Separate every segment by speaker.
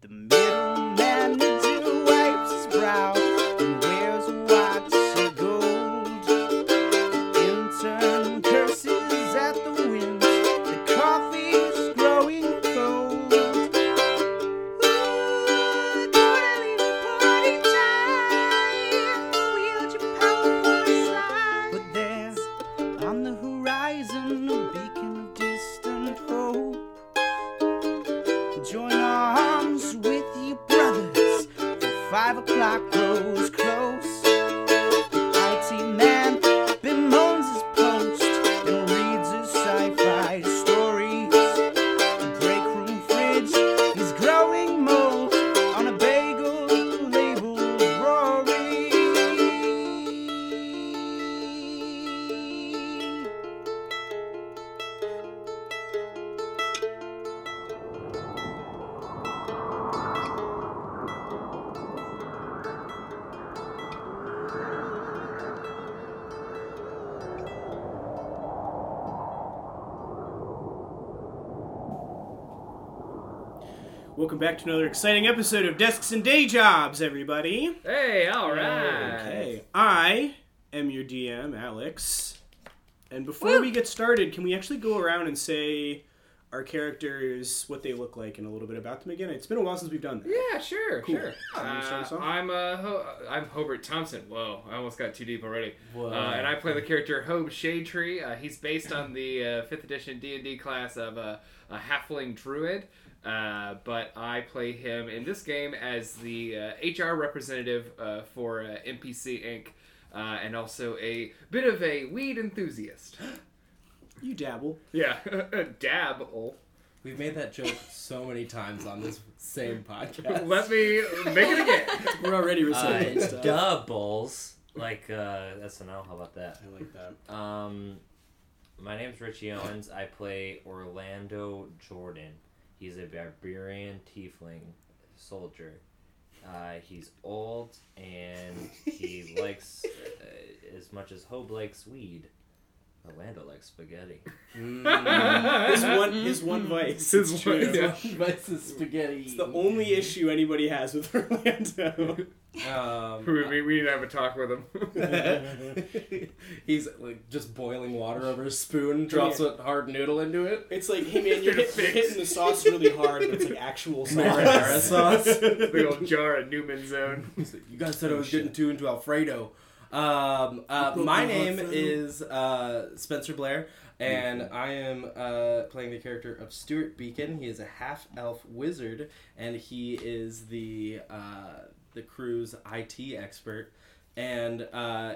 Speaker 1: The middleman needs to wipe his brow and wears a watch of gold. Intern curses at the wind. The coffee's growing cold. Ooh, totally party time. Wield your power for a slide. But there's on the horizon a beacon of distant hope. Join arms with your brothers. For five o'clock grows close. IT man bemoans his post and reads his sci-fi stories. The break room fridge is growing mold on a bagel labeled Rory.
Speaker 2: Welcome back to another exciting episode of Desks and Day Jobs, everybody.
Speaker 3: Hey, all right.
Speaker 2: Okay. I am your DM, Alex. And before we get started, can we actually go around and say our characters, what they look like, and a little bit about them again? It's been a while since we've done that.
Speaker 3: Yeah, sure,
Speaker 2: Cool.
Speaker 3: sure.
Speaker 2: You wanna start us
Speaker 3: Uh,
Speaker 2: off?
Speaker 3: I'm uh, Ho- I'm Hobart Thompson. Whoa, I almost got too deep already.
Speaker 2: Whoa.
Speaker 3: Uh, and I play the character Hobe Shadetree. Uh, he's based on the uh, fifth edition D and D class of uh, a halfling druid. Uh, but I play him in this game as the uh, HR representative uh, for uh, NPC Inc. Uh, and also a bit of a weed enthusiast.
Speaker 2: You dabble.
Speaker 3: Yeah, oh. dabble.
Speaker 4: We've made that joke so many times on this same podcast.
Speaker 3: Let me make it again.
Speaker 2: We're already reciting
Speaker 5: uh,
Speaker 2: stuff.
Speaker 5: doubles like uh, SNL. How about that?
Speaker 4: I like that.
Speaker 5: Um, my name's Richie Owens. I play Orlando Jordan. He's a barbarian tiefling soldier. Uh, he's old and he likes uh, as much as Hope likes weed. Orlando likes spaghetti.
Speaker 4: Mm-hmm.
Speaker 2: His one, his one vice.
Speaker 3: His
Speaker 2: it's
Speaker 3: one-
Speaker 2: true.
Speaker 3: yeah.
Speaker 4: spaghetti.
Speaker 2: It's the only issue anybody has with Orlando.
Speaker 3: we,
Speaker 4: Um,
Speaker 3: we, we need to have a talk with him.
Speaker 4: he's like just boiling water over a spoon, drops a hard noodle into it.
Speaker 2: It's like, hey man, you're hit,
Speaker 3: Get it
Speaker 2: you're
Speaker 3: fixed.
Speaker 2: hitting the sauce really hard, but it's like actual sauce.
Speaker 4: Marinara sauce.
Speaker 3: Big old jar of Newman's Own.
Speaker 4: He's like, you guys said I was
Speaker 2: Oh, shit.
Speaker 4: getting too into Alfredo. Um, uh,
Speaker 2: broke
Speaker 4: my
Speaker 2: my
Speaker 4: name
Speaker 2: Alfredo.
Speaker 4: is uh, Spencer Blair, and I am uh, playing the character of Stuart Beacon. He is a half elf wizard, and he is the uh, the crew's IT expert. And uh,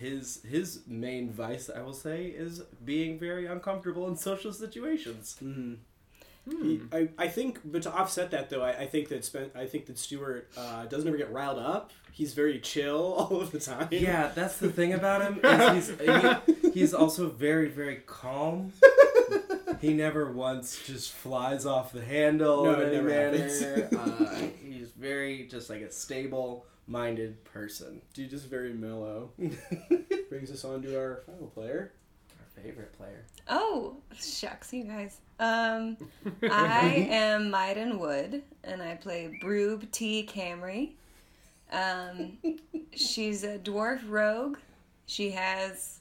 Speaker 4: his his main vice, I will say, is being very uncomfortable in social situations.
Speaker 2: Mhm. I, I think, but to offset that though, I, I think that Spen- I think that Stewart uh, doesn't ever get riled up. He's very chill all of the time.
Speaker 4: Yeah, that's the thing about him. Is he's, he, he's also very, very calm. He never once just flies off the handle
Speaker 2: No,
Speaker 4: in
Speaker 2: it
Speaker 4: any
Speaker 2: never
Speaker 4: manner. Uh, he's very just like a stable-minded person.
Speaker 2: dude, just very mellow.
Speaker 4: Our
Speaker 2: Brings us on to our final player.
Speaker 4: favorite player.
Speaker 6: Oh, shucks, you guys. Um, I am Maiden Wood, and I play Broob T. Camry. Um, she's a dwarf rogue. She has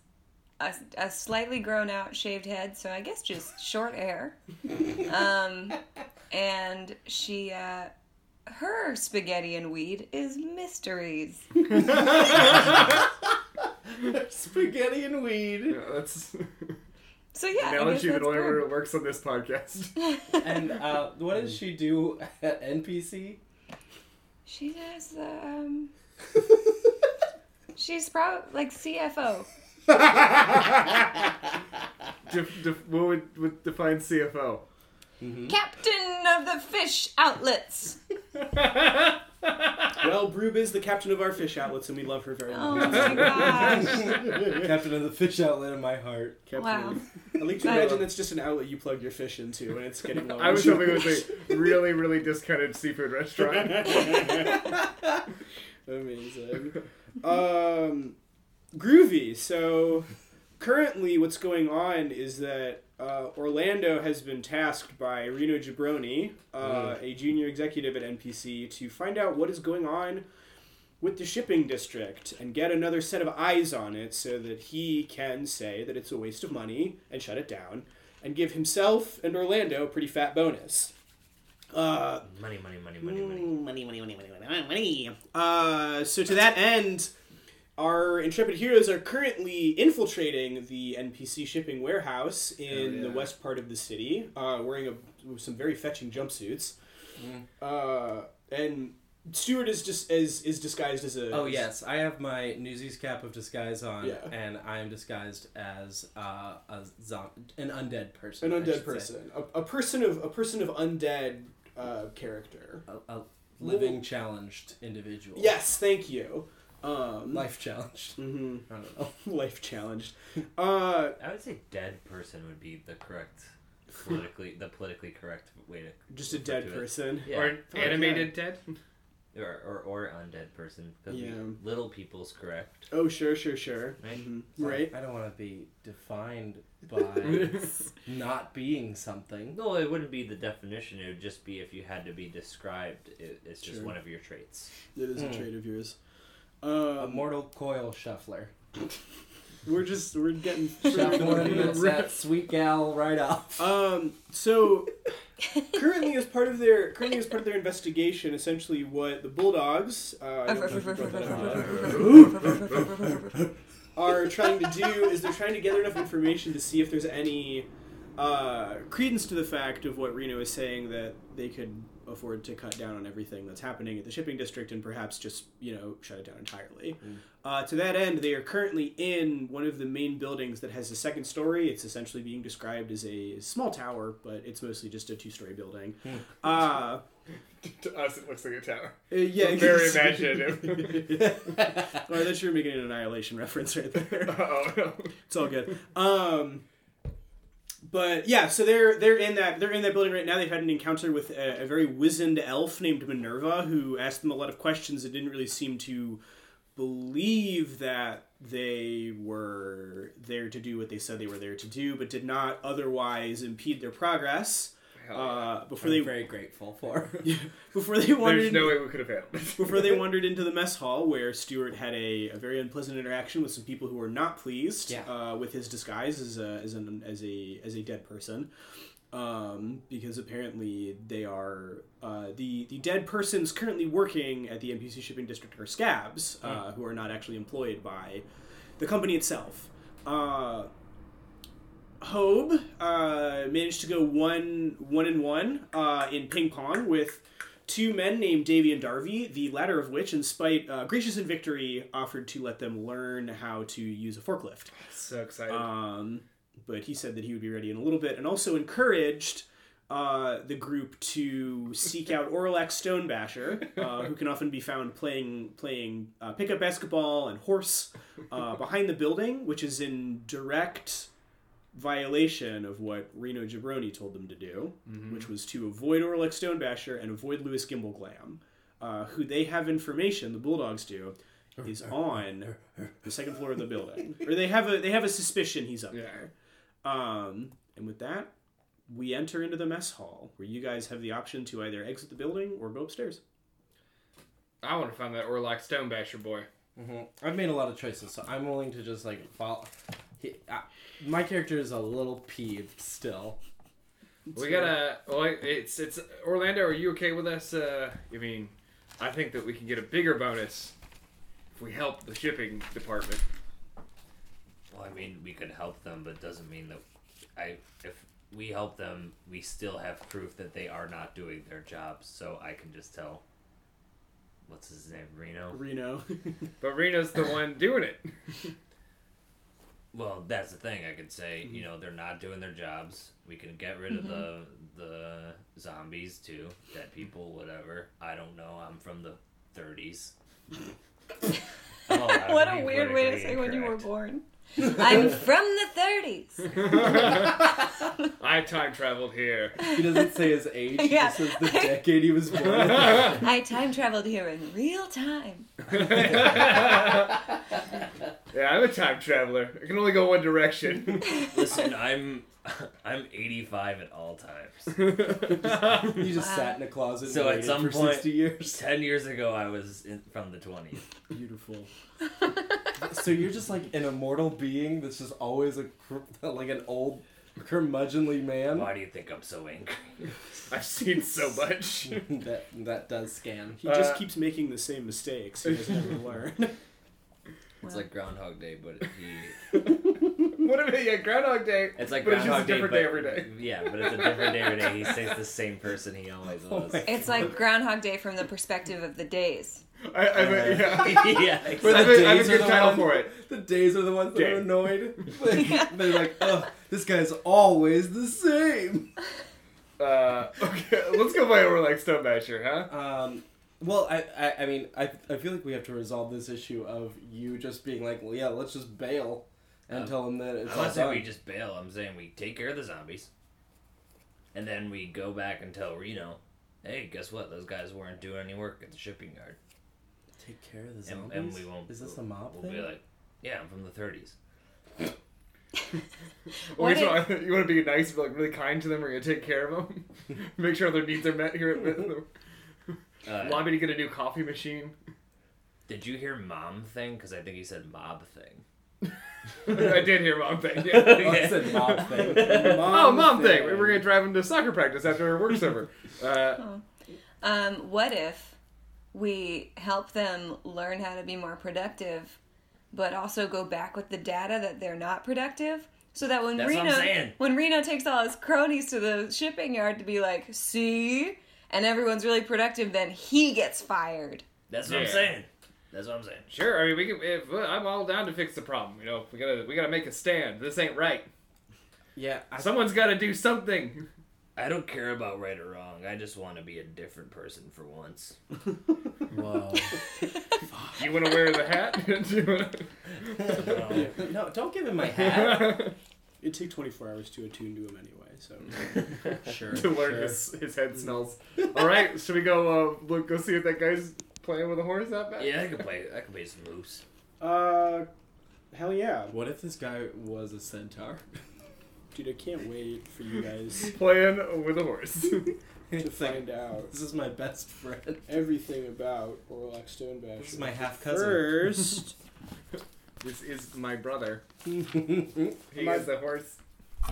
Speaker 6: a, a slightly grown out shaved head, so I guess just short hair. Um, and she, uh, her spaghetti and weed is mysteries.
Speaker 4: Spaghetti and weed.
Speaker 3: Yeah, that's
Speaker 6: So yeah, I guess
Speaker 3: analogy that
Speaker 6: that's
Speaker 3: only
Speaker 6: Broob.
Speaker 3: works on this podcast.
Speaker 4: And uh, what does she do at NPC?
Speaker 6: She does. Um, she's probably like CFO.
Speaker 3: Def, def, what would, would define CFO?
Speaker 6: Captain of the fish outlets.
Speaker 2: Well, Broob is the captain of our fish outlets, and we love her very
Speaker 6: Oh
Speaker 2: much.
Speaker 6: my gosh.
Speaker 4: Captain of the fish outlet in my heart.
Speaker 2: Captain
Speaker 6: Wow.
Speaker 2: of- I like to imagine that's just an outlet you plug your fish into, and it's getting
Speaker 4: Oh,
Speaker 2: low.
Speaker 3: I was hoping it was a really, really discounted seafood restaurant.
Speaker 2: Amazing. Um, groovy. So currently, what's going on is that uh, Orlando has been tasked by Reno Jabroni, uh, a junior executive at NPC, to find out what is going on with the shipping district and get another set of eyes on it so that he can say that it's a waste of money and shut it down and give himself and Orlando a pretty fat bonus. Uh,
Speaker 5: Money, money, money, money,
Speaker 4: Mm.
Speaker 5: money.
Speaker 1: Money, money, money, money, money, money.
Speaker 2: Uh, so to that end, our intrepid heroes are currently infiltrating the NPC shipping warehouse in
Speaker 3: Hell yeah.
Speaker 2: the west part of the city, uh, wearing a, some very fetching jumpsuits. Uh, and Stuart is just is is disguised as a
Speaker 4: Oh yes, I have my Newsies cap of disguise on,
Speaker 2: Yeah.
Speaker 4: and I am disguised as uh, a zom- an undead person.
Speaker 2: an
Speaker 4: I should
Speaker 2: undead
Speaker 4: say.
Speaker 2: person, a, a person of a person of undead uh, character.
Speaker 4: a, a living challenged individual.
Speaker 2: Yes, thank you. Um,
Speaker 4: life challenged.
Speaker 2: hmm
Speaker 4: I don't know.
Speaker 2: life challenged. Uh,
Speaker 5: I would say dead person would be the correct politically the politically correct way to
Speaker 2: just a
Speaker 5: refer
Speaker 2: dead
Speaker 5: to it.
Speaker 2: person.
Speaker 5: Yeah.
Speaker 3: Or an
Speaker 2: yeah.
Speaker 3: animated dead.
Speaker 5: or, or or undead person because
Speaker 2: Yeah.
Speaker 5: little people's correct.
Speaker 2: Oh sure, sure, sure.
Speaker 5: Right.
Speaker 2: Mhm. Right.
Speaker 4: I don't want to be defined by not being something.
Speaker 5: No, it wouldn't be the definition. It would just be if you had to be described. It, it's just
Speaker 2: Sure.
Speaker 5: one of your traits.
Speaker 2: That is a trait of yours. Um,
Speaker 4: A mortal coil shuffler.
Speaker 2: we're just we're getting
Speaker 4: Shot one that's that sweet gal right off.
Speaker 2: um so currently as part of their currently as part of their investigation essentially what the bulldogs uh, I don't know if you brought that up, are trying to do is they're trying to gather enough information to see if there's any uh, credence to the fact of what Reno is saying that they could afford to cut down on everything that's happening at the shipping district and perhaps just you know shut it down entirely. Uh, to that end, they are currently in one of the main buildings that has a second story. It's essentially being described as a small tower, but it's mostly just a two-story building. Uh,
Speaker 3: to us, it looks like a tower.
Speaker 2: uh, yeah,
Speaker 3: Very imaginative.
Speaker 2: well, that's you're making an annihilation reference right there.
Speaker 3: Oh no.
Speaker 2: it's all good. Um, but yeah, so they're they're in that they're in that building right now. They've had an encounter with a, a very wizened elf named Minerva, who asked them a lot of questions that didn't really seem to believe that they were there to do what they said they were there to do, but did not otherwise impede their progress. Uh, before they
Speaker 4: I'm very grateful for.
Speaker 2: before they wandered
Speaker 3: There's
Speaker 2: into-
Speaker 3: no way we could have handled it.
Speaker 2: before they wandered into the mess hall, where Stewart had a, a very unpleasant interaction with some people who were not pleased
Speaker 4: Yeah.
Speaker 2: uh, with his disguise as a as, an, as a as a dead person, um, because apparently they are uh, the the dead persons currently working at the NPC shipping district are scabs uh, who are not actually employed by the company itself. Uh, Hobe uh, managed to go one one and one uh, in ping pong with two men named Davy and Darby, the latter of which, in spite uh, gracious in victory, offered to let them learn how to use a forklift.
Speaker 3: So excited.
Speaker 2: Um, but he said that he would be ready in a little bit, and also encouraged uh, the group to seek out Orlax Stonebasher, uh, who can often be found playing playing uh, pickup basketball and horse uh, behind the building, which is in direct violation of what Reno Jabroni told them to do,
Speaker 3: Mm-hmm.
Speaker 2: which was to avoid Orlax Stonebasher and avoid Lewis Gimble Glam, uh, who they have information, the Bulldogs do, is on the second floor of the building, or they have a they have a suspicion he's up
Speaker 3: Yeah.
Speaker 2: there. Um, and with that, we enter into the mess hall where you guys have the option to either exit the building or go upstairs.
Speaker 3: I want to find that Orlock Stonebasher boy.
Speaker 4: Mhm. I've made a lot of choices, so I'm willing to just like follow. He, I, my character is a little peeved still.
Speaker 3: we gotta. Well, it's it's Orlando. Are you okay with us? Uh, I mean, I think that we can get a bigger bonus if we help the shipping department.
Speaker 5: Well, I mean, we could help them, but doesn't mean that I if we help them, we still have proof that they are not doing their jobs. So I can just tell. What's his name? Reno.
Speaker 2: Reno,
Speaker 3: But Reno's the one doing it.
Speaker 5: Well, that's the thing. I could say, you
Speaker 6: Mm-hmm.
Speaker 5: know, they're not doing their jobs. We can get rid of the the zombies too, dead people, whatever. I don't know. I'm from the 30s. Oh, I'm
Speaker 6: what a
Speaker 5: being
Speaker 6: weird way to
Speaker 5: politically
Speaker 6: say when you were
Speaker 5: incorrect.
Speaker 6: born. I'm from the 30s.
Speaker 3: I time traveled here.
Speaker 4: He doesn't say his age.
Speaker 6: Yeah.
Speaker 4: He just says the decade he was born. in.
Speaker 6: I time traveled here in real time.
Speaker 3: Yeah, I'm a time traveler. I can only go one direction.
Speaker 5: Listen, I'm I'm 85 at all times.
Speaker 4: You
Speaker 3: That's
Speaker 4: just
Speaker 6: Wow.
Speaker 4: sat in a closet
Speaker 5: So at
Speaker 4: and waited
Speaker 5: some
Speaker 4: for
Speaker 5: point-
Speaker 4: 60 years.
Speaker 5: Ten years ago, I was in, from the 20s.
Speaker 4: Beautiful. so you're just like an immortal being that's just always a cr- like an old curmudgeonly man.
Speaker 5: Why do you think I'm so angry?
Speaker 3: I've seen so much.
Speaker 4: that that does scan.
Speaker 2: He just
Speaker 3: Uh,
Speaker 2: keeps making the same mistakes. He doesn't ever learn.
Speaker 5: It's like Groundhog Day, but he.
Speaker 3: What if it? Yeah, Groundhog Day.
Speaker 5: It's like
Speaker 3: but it's just a different
Speaker 5: Groundhog Day,
Speaker 3: day every
Speaker 5: but-
Speaker 3: day.
Speaker 5: Yeah, but it's a different day every day. He stays the same person he always was.
Speaker 6: It's like Groundhog Day from the perspective of the days.
Speaker 3: I, I, bet-
Speaker 5: Uh,
Speaker 3: yeah.
Speaker 5: yeah,
Speaker 4: Where
Speaker 3: I
Speaker 5: exactly.
Speaker 4: the
Speaker 3: have a- I have a
Speaker 4: days are
Speaker 3: good
Speaker 4: the
Speaker 3: title
Speaker 4: one-
Speaker 3: for it.
Speaker 4: The days are the ones that
Speaker 3: Day.
Speaker 4: are annoyed. Like, they're like, ugh, this guy's always the same.
Speaker 3: Uh, okay, let's go play Overlake Stone Basher, huh?
Speaker 4: Um, well, I, I, I mean, I, I feel like we have to resolve this issue of you just being like, well, yeah, let's just bail and
Speaker 5: Um,
Speaker 4: tell him that it's "Oh,
Speaker 5: I'm
Speaker 4: all
Speaker 5: not saying
Speaker 4: done.
Speaker 5: we just bail. I'm saying we take care of the zombies, and then we go back and tell Reno, "Hey, guess what? Those guys weren't doing any work at the shipping yard."
Speaker 4: Take care of the
Speaker 5: And,
Speaker 4: zombies.
Speaker 5: and we won't.
Speaker 4: Is this a mob
Speaker 5: We'll
Speaker 4: thing?
Speaker 5: be like, "Yeah, I'm from the 30s."
Speaker 3: Or
Speaker 6: What
Speaker 3: you want to be nice, but like really kind to them, or you take care of them, make sure their needs are met here at the
Speaker 5: Uh,
Speaker 3: lobby to get a new coffee machine.
Speaker 5: Did you hear mom thing? Because I think he said mob thing.
Speaker 3: I did hear mom thing. Yeah.
Speaker 4: Oh, I said mob thing.
Speaker 3: Oh, mom thing. We were gonna drive him to soccer practice after her work's over. Uh,
Speaker 6: Um, what if we help them learn how to be more productive, but also go back with the data that they're not productive? So that when
Speaker 5: That's what I'm
Speaker 6: Reno
Speaker 5: saying.
Speaker 6: when Reno takes all his cronies to the shipping yard to be like, see, and everyone's really productive, then he gets fired.
Speaker 5: That's what I'm
Speaker 3: Yeah.
Speaker 5: saying. That's what I'm saying.
Speaker 3: sure. I mean, we can. If, I'm all down to fix the problem. You know, we gotta we gotta make a stand. This ain't right.
Speaker 4: Yeah, I,
Speaker 3: Someone's gotta do something.
Speaker 5: I don't care about right or wrong. I just want to be a different person for once.
Speaker 4: whoa.
Speaker 3: You want to wear the hat? Do you wanna-
Speaker 4: no, don't give him my hat.
Speaker 2: It'd take 24 hours to attune to him anyway, so.
Speaker 4: sure.
Speaker 3: to learn
Speaker 4: sure. Mm.
Speaker 3: his, his head smells. All right, should we go uh, look go see if that guy's playing with a horse out back?
Speaker 5: Yeah, I could play. I could play some moose.
Speaker 2: Uh, hell yeah.
Speaker 4: What if this guy was a centaur?
Speaker 2: Dude, I can't wait for you guys
Speaker 3: Playing with a horse.
Speaker 2: to
Speaker 4: It's like,
Speaker 2: find out
Speaker 4: This is my best friend.
Speaker 2: everything about Orlac Stonebash.
Speaker 4: This is my half cousin.
Speaker 2: First,
Speaker 3: this is my brother. He
Speaker 2: My-
Speaker 3: is the horse.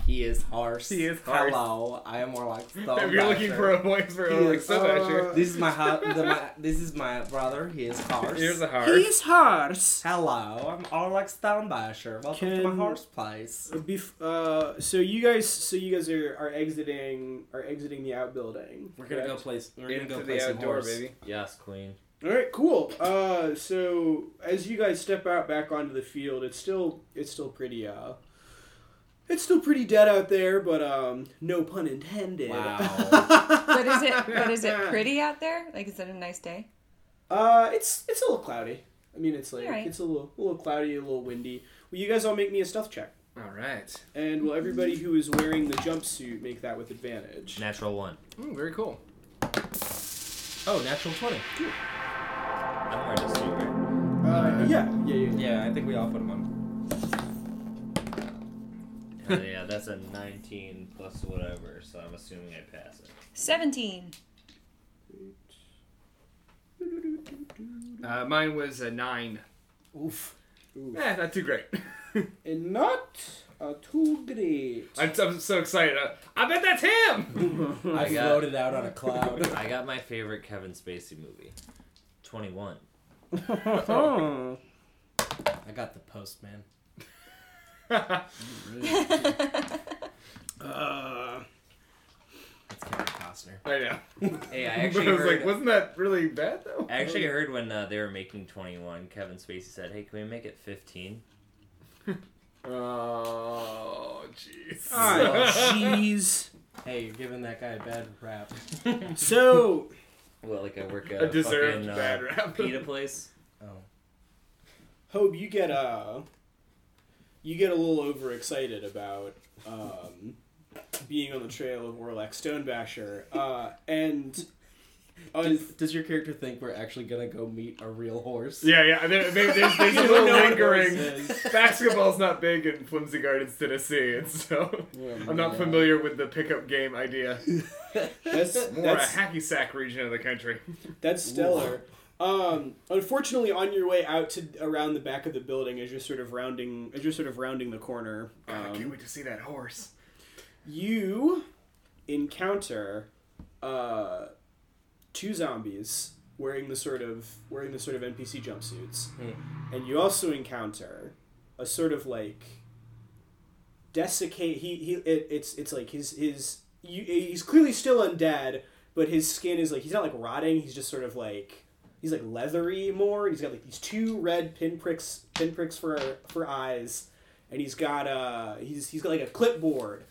Speaker 4: he is horse.
Speaker 3: He is horse.
Speaker 4: Hello, I am Warlock Stonebasher.
Speaker 3: if you're looking for a voice for
Speaker 4: He
Speaker 3: Oleg
Speaker 4: is- uh,
Speaker 2: uh,
Speaker 3: Smasher,
Speaker 4: This is my, hu- the, my this is my brother. He is horse.
Speaker 3: here's a horse.
Speaker 2: he's horse.
Speaker 4: Hello, I'm Orlock Stonebasher. Welcome to my
Speaker 2: Can-
Speaker 4: horse place.
Speaker 2: Bef- uh, so you guys, so you guys are, are exiting, are exiting the outbuilding.
Speaker 4: We're gonna go
Speaker 2: correct?
Speaker 4: play. We're gonna go
Speaker 3: Into
Speaker 4: play
Speaker 3: the
Speaker 4: some
Speaker 3: outdoor,
Speaker 4: horse.
Speaker 3: baby.
Speaker 5: Yes, queen.
Speaker 2: All right, cool. Uh, so as you guys step out back onto the field, it's still it's still pretty uh, it's still pretty dead out there, but um, no pun intended.
Speaker 4: Wow.
Speaker 6: But is it but is it pretty out there? Like is it a nice day?
Speaker 2: Uh, it's it's a little cloudy. I mean, it's like
Speaker 6: All right.
Speaker 2: it's a little a little cloudy, a little windy. Will you guys all make me a stealth check?
Speaker 3: All right.
Speaker 2: And will everybody who is wearing the jumpsuit make that with advantage?
Speaker 5: Natural one.
Speaker 3: Mm, very cool.
Speaker 4: oh, natural twenty.
Speaker 5: I'm wearing a suit. Right?
Speaker 2: Uh, yeah, yeah, yeah. yeah.
Speaker 4: Yeah, I think we all put him on.
Speaker 5: Hell Oh, yeah, that's a 19 plus whatever. So I'm assuming I pass it.
Speaker 6: Seventeen.
Speaker 3: Uh, mine was a nine.
Speaker 4: Oof.
Speaker 2: Ooh.
Speaker 3: Eh, not too great.
Speaker 2: And not uh, too great.
Speaker 3: I'm, I'm so excited. Uh, I bet that's him.
Speaker 4: I,
Speaker 5: I got-
Speaker 4: floated out on a cloud.
Speaker 5: I got my favorite Kevin Spacey movie, 21.
Speaker 2: Oh.
Speaker 4: I got the postman.
Speaker 2: Uh,
Speaker 4: That's Kevin Costner.
Speaker 3: I know.
Speaker 5: Hey, I
Speaker 3: but
Speaker 5: actually
Speaker 3: I was
Speaker 5: heard.
Speaker 3: like, wasn't that really bad though?
Speaker 5: I actually heard when uh, they were making 21, Kevin Spacey said, "Hey, can we make it 15?"
Speaker 3: Oh, jeez.
Speaker 2: ah, jeez.
Speaker 4: Hey, you're giving that guy a bad rap.
Speaker 2: So,
Speaker 5: Well, like I work at
Speaker 3: a deserved
Speaker 5: fucking, uh,
Speaker 3: bad rap.
Speaker 5: pita place.
Speaker 4: Oh.
Speaker 2: Hope, you get uh, you get a little overexcited about um, being on the trail of Warlock Stonebasher, uh, and
Speaker 4: Oh, does, does your character think we're actually gonna go meet a real horse?
Speaker 3: Yeah, yeah. There, there, there's there's a
Speaker 4: You
Speaker 3: little
Speaker 4: know what a
Speaker 3: lingering.
Speaker 4: horse is.
Speaker 3: Basketball's not big in Flimsy Gardens, Tennessee, and so I'm not
Speaker 4: Yeah.
Speaker 3: familiar with the pickup game idea.
Speaker 2: That's,
Speaker 3: More a
Speaker 2: that's,
Speaker 3: hacky sack region of the country.
Speaker 2: that's stellar. Um, unfortunately, on your way out to around the back of the building, as you're sort of rounding, as you're sort of rounding the corner,
Speaker 3: God, I can't
Speaker 2: um,
Speaker 3: wait to see that horse.
Speaker 2: you encounter uh, two zombies wearing the sort of wearing the sort of NPC jumpsuits, and you also encounter a sort of like desiccate. He he. It, it's it's like his his. You, he's clearly still undead, but his skin is like he's not like rotting. He's just sort of like he's like leathery more. and He's got like these two red pinpricks pinpricks for for eyes, and he's got uh he's he's got like a clipboard.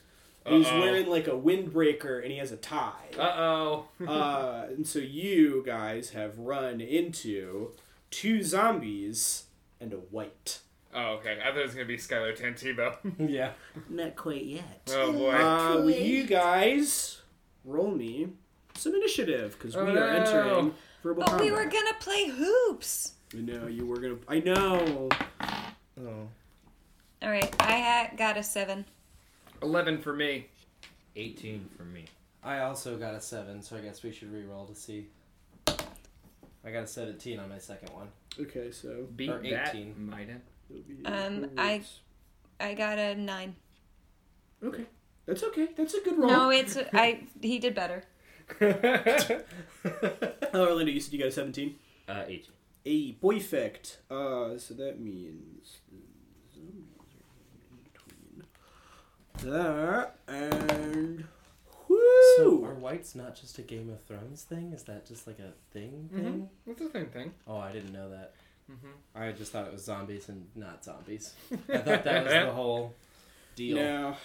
Speaker 2: And he's
Speaker 3: Uh-oh.
Speaker 2: wearing like a windbreaker and he has a tie
Speaker 3: Uh oh.
Speaker 2: uh, and so you guys have run into two zombies and a white.
Speaker 3: Oh, okay. I thought it was gonna be Skylar Tantibo.
Speaker 4: Yeah.
Speaker 1: Not quite yet.
Speaker 3: Oh boy.
Speaker 2: Uh, will you guys roll me some initiative because we are
Speaker 3: Oh, no.
Speaker 2: entering verbal
Speaker 6: But we were
Speaker 2: combat.
Speaker 6: gonna play hoops.
Speaker 2: I know you were gonna. I know.
Speaker 4: Oh.
Speaker 6: All right, I ha- got a seven.
Speaker 3: Eleven for me.
Speaker 5: 18 for me.
Speaker 4: I also got a seven, so I guess we should re-roll to see. I got a seventeen on my second one.
Speaker 2: Okay, so
Speaker 3: Beat
Speaker 4: Or
Speaker 3: that,
Speaker 4: 18.
Speaker 3: Maida.
Speaker 2: it'll be
Speaker 6: Um,
Speaker 2: four
Speaker 6: I-
Speaker 2: rolls.
Speaker 6: I got a nine.
Speaker 2: Okay, that's okay. That's a good roll.
Speaker 6: No, it's I. He did better.
Speaker 2: Oh, Orlando, you said you got a seventeen.
Speaker 5: Uh, 18.
Speaker 2: A perfect. Uh, so that means that and
Speaker 4: So are
Speaker 2: whoo.
Speaker 4: whites not just a Game of Thrones thing? Is that just like a thing?
Speaker 3: Mm-hmm.
Speaker 4: thing?
Speaker 3: That's the same thing.
Speaker 4: Oh, I didn't know that.
Speaker 3: Mm-hmm.
Speaker 4: I just thought it was zombies and not zombies. I thought that was the whole deal.
Speaker 2: Now,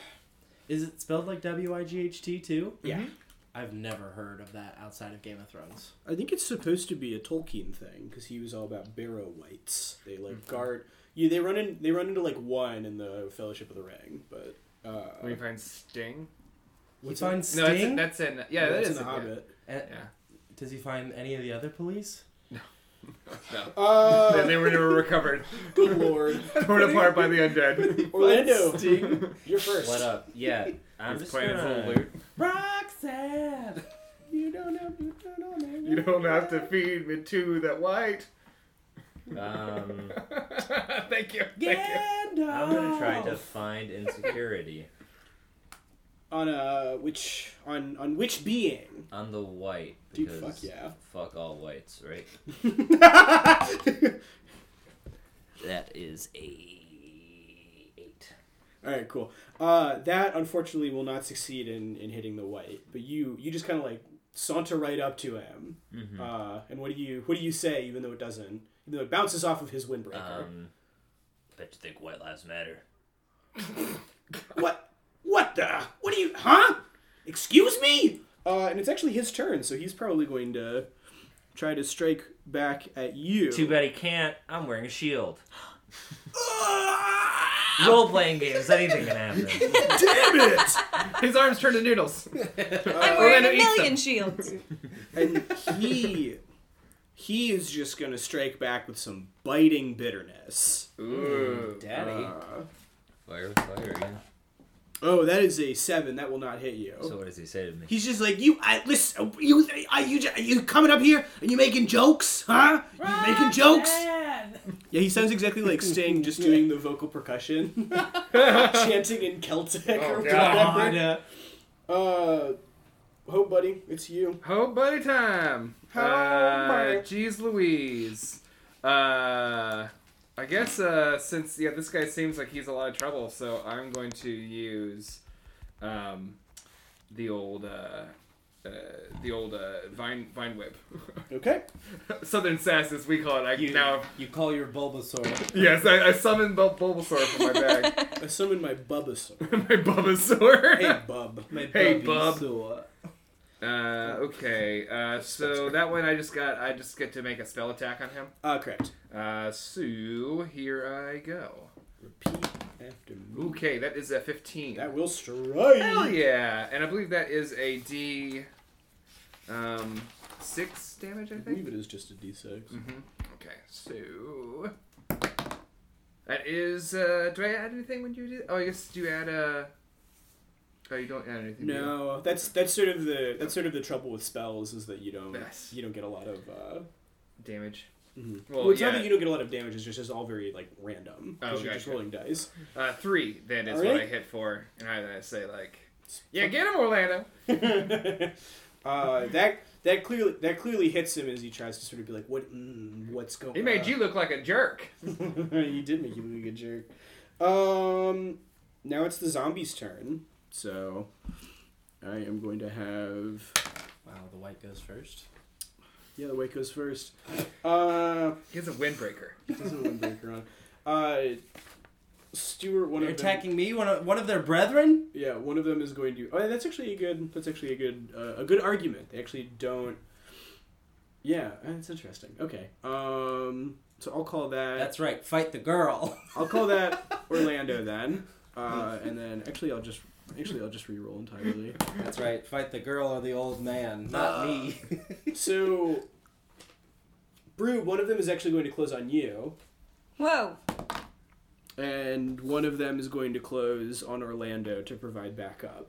Speaker 4: Is it spelled like W I G H T too?
Speaker 2: yeah,
Speaker 4: I've never heard of that outside of Game of Thrones.
Speaker 2: I think it's supposed to be a Tolkien thing because he was all about barrow whites. They like guard. You they run in. They run into like one in the Fellowship of the Ring, but uh,
Speaker 3: We find Sting.
Speaker 4: He
Speaker 2: what's
Speaker 4: finds
Speaker 3: No, that's
Speaker 4: Sting.
Speaker 3: in, that's in. Yeah, that
Speaker 2: that's
Speaker 3: is
Speaker 2: in the
Speaker 3: in-
Speaker 2: Hobbit.
Speaker 4: And-
Speaker 3: Yeah.
Speaker 4: Eh, Does he find any of the other police?
Speaker 3: No.
Speaker 2: Uh,
Speaker 3: They- they were never recovered.
Speaker 2: good lord,
Speaker 3: Torn apart by the undead.
Speaker 2: Orlando,
Speaker 4: Sting.
Speaker 2: you're first.
Speaker 5: What up? Yeah, I'm
Speaker 3: He's
Speaker 5: just
Speaker 3: playing his
Speaker 5: gonna-
Speaker 3: little lute.
Speaker 4: Roxanne.
Speaker 2: You don't know. You don't know. man.
Speaker 3: You don't have to feed me to that white.
Speaker 5: Um,
Speaker 3: Thank you. Thank
Speaker 4: Gandalf.
Speaker 5: I'm gonna try
Speaker 3: Oh.
Speaker 5: to find insecurity
Speaker 2: on uh which on on which being
Speaker 5: on the white
Speaker 2: Dude,
Speaker 5: because
Speaker 2: fuck yeah.
Speaker 5: fuck all whites, right? That is a eight.
Speaker 2: all right cool uh that unfortunately will not succeed in in hitting the white but you you just kind of like saunter right up to him
Speaker 5: Mm-hmm.
Speaker 2: uh and what do you what do you say even though it doesn't even though it bounces off of his windbreaker
Speaker 5: Um, bet you think white lives matter.
Speaker 2: what what the what do you huh excuse me uh and it's actually his turn so he's probably going to try to strike back at you
Speaker 5: Too bad he can't. I'm wearing a shield. Role playing games, anything can happen.
Speaker 2: Ah, damn it
Speaker 3: you. His arms turn to noodles.
Speaker 6: I'm wearing
Speaker 3: Orlando
Speaker 6: a
Speaker 3: eats them.
Speaker 6: million shields.
Speaker 2: and he he is just gonna strike back with some biting bitterness.
Speaker 3: Ooh.
Speaker 4: Daddy.
Speaker 2: Uh,
Speaker 5: Fire with fire again.
Speaker 2: oh, that is a seven. That will not hit you.
Speaker 5: So what does he say to me?
Speaker 2: He's just like you. I listen. You are you are you coming up here and you making jokes, huh? You making jokes? Yeah, he sounds exactly like Sting, just doing the vocal percussion, chanting in Celtic or
Speaker 3: Oh,
Speaker 2: whatever. Uh, hope, buddy, it's you.
Speaker 3: Ho buddy time.
Speaker 2: Ho
Speaker 3: uh,
Speaker 2: buddy.
Speaker 3: Jeez Louise. Uh, I guess uh, since yeah, this guy seems like he's a lot of trouble, so I'm going to use um, the old uh, uh, the old uh, vine vine whip.
Speaker 2: Okay.
Speaker 3: Southern sass, as we call it. I
Speaker 4: You,
Speaker 3: now
Speaker 4: you call your Bulbasaur.
Speaker 3: yes, I, I summoned Bul- Bulbasaur from my bag.
Speaker 2: I summon my Bubbasaur.
Speaker 3: my Bulbasaur.
Speaker 2: Hey, Bub.
Speaker 3: Hey, bub.
Speaker 4: Bulbasaur.
Speaker 3: Uh, okay. Uh, so that one I just got. I just get to make a spell attack on him.
Speaker 2: Ah, correct.
Speaker 3: Uh, so here I go.
Speaker 2: Repeat after me.
Speaker 3: Okay, that is a fifteen.
Speaker 2: That will strike.
Speaker 3: Hell yeah! And I believe that is a D. Um, six damage, I
Speaker 2: I
Speaker 3: think.
Speaker 2: believe it is just a d6.
Speaker 3: Okay, so that is. Uh, do I add anything when you do? Oh, I guess do you add a? Oh, you don't add anything. do you?
Speaker 2: No, that's that's sort of the that's sort of the trouble with spells is that you don't
Speaker 3: Yes.
Speaker 2: you don't get a lot of. Uh,
Speaker 3: damage.
Speaker 2: Mhm.
Speaker 3: Well,
Speaker 2: well, it's
Speaker 3: yeah,
Speaker 2: not that you don't get a lot of damage. It's just it's all very like random
Speaker 3: Oh,
Speaker 2: because you're just
Speaker 3: gotcha.
Speaker 2: rolling dice.
Speaker 3: uh, three. That is
Speaker 2: All
Speaker 3: what
Speaker 2: right.
Speaker 3: I hit for, and I, I say like, yeah, get him, Orlando.
Speaker 2: uh, that that clearly that clearly hits him as he tries to sort of be like, what mm, what's going?
Speaker 3: He made
Speaker 2: on?
Speaker 3: you look like a jerk.
Speaker 2: you did make you look like a jerk. Um, now it's the zombie's turn, so I am going to have
Speaker 4: Wow, the white goes first.
Speaker 2: yeah, the white goes first. Uh,
Speaker 3: He has a windbreaker.
Speaker 2: doesn't want breaker on. Uh, Stuart, one
Speaker 4: You're
Speaker 2: of them,
Speaker 4: attacking me, one of, one of their brethren?
Speaker 2: yeah, one of them is going to. Oh, that's actually a good. That's actually a good. Uh, a good argument. They actually don't. Yeah, that's interesting. Okay. Um. So I'll call that.
Speaker 4: That's right, fight the girl.
Speaker 2: I'll call that Orlando then. Uh, and then actually I'll just actually I'll just re-roll entirely.
Speaker 4: That's right, fight the girl or the old man, not me.
Speaker 2: So Brew, one of them is actually going to close on you,
Speaker 6: Whoa.
Speaker 2: and one of them is going to close on Orlando to provide backup.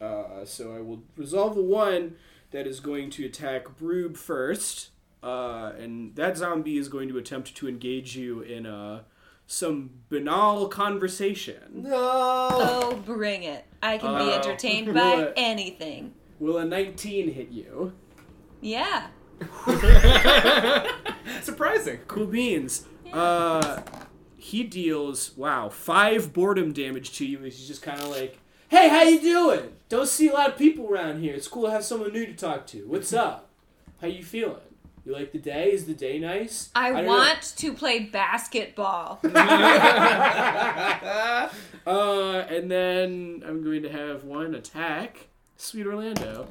Speaker 2: Uh, so I will resolve the one that is going to attack Broob first, uh, and that zombie is going to attempt to engage you in uh some banal conversation.
Speaker 4: no!
Speaker 6: Oh, bring it. I can be
Speaker 2: Oh.
Speaker 6: entertained by
Speaker 2: What?
Speaker 6: anything.
Speaker 2: Will a 19 hit you?
Speaker 6: Yeah.
Speaker 3: Surprising.
Speaker 2: Cool beans. Uh, he deals wow five boredom damage to you. As he's just kind of like, "Hey, how you doing? Don't see a lot of people around here. It's cool to have someone new to talk to. What's up? How you feeling? You like the day? Is the day nice?
Speaker 6: I,
Speaker 2: don't know.
Speaker 6: want to play basketball.
Speaker 2: Uh, and then I'm going to have one attack. Sweet Orlando.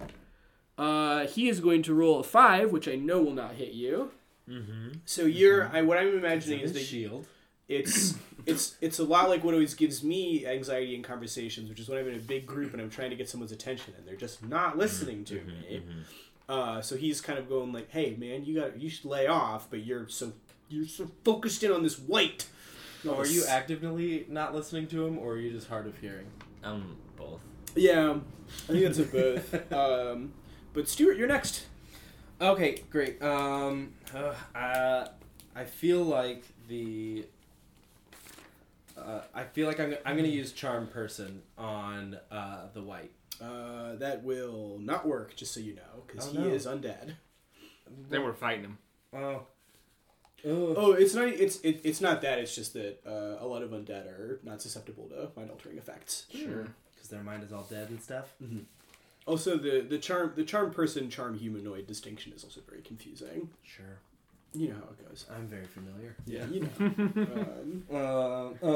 Speaker 2: Uh, he is going to roll a five, which I know will not hit you. Mm-hmm. So you're, I, what I'm imagining is that
Speaker 4: shield.
Speaker 2: it's it's it's a lot like what always gives me anxiety in conversations, which is when I'm in a big group and I'm trying to get someone's attention and they're just not
Speaker 4: Mm-hmm.
Speaker 2: listening to me. Uh, so he's kind of going like, "Hey, man, you got to you should lay off," but you're so you're so focused in on this white.
Speaker 4: No, are you
Speaker 2: Yes.
Speaker 4: actively not listening to him, or are you just hard of hearing?
Speaker 5: Um, both.
Speaker 2: Yeah, um, I think that's a both. um, but Stuart, you're next.
Speaker 4: Okay, great. Um, uh, I, I feel like the. Uh, I feel like I'm, I'm gonna use charm person on uh, the white.
Speaker 2: Uh, that will not work, just so you know, because
Speaker 4: Oh,
Speaker 2: he
Speaker 4: no.
Speaker 2: is undead.
Speaker 3: Then we're fighting him.
Speaker 4: Oh. Ugh.
Speaker 2: Oh, it's not. It's it, it's not that. It's just that uh, a lot of undead are not susceptible to mind altering effects.
Speaker 4: Sure. Because their mind is all dead and stuff.
Speaker 2: Also, the the charm the charm person charm humanoid distinction is also very confusing.
Speaker 4: Sure.
Speaker 2: You know how it goes.
Speaker 4: I'm very familiar.
Speaker 2: Yeah, you know um,
Speaker 4: Um,
Speaker 3: We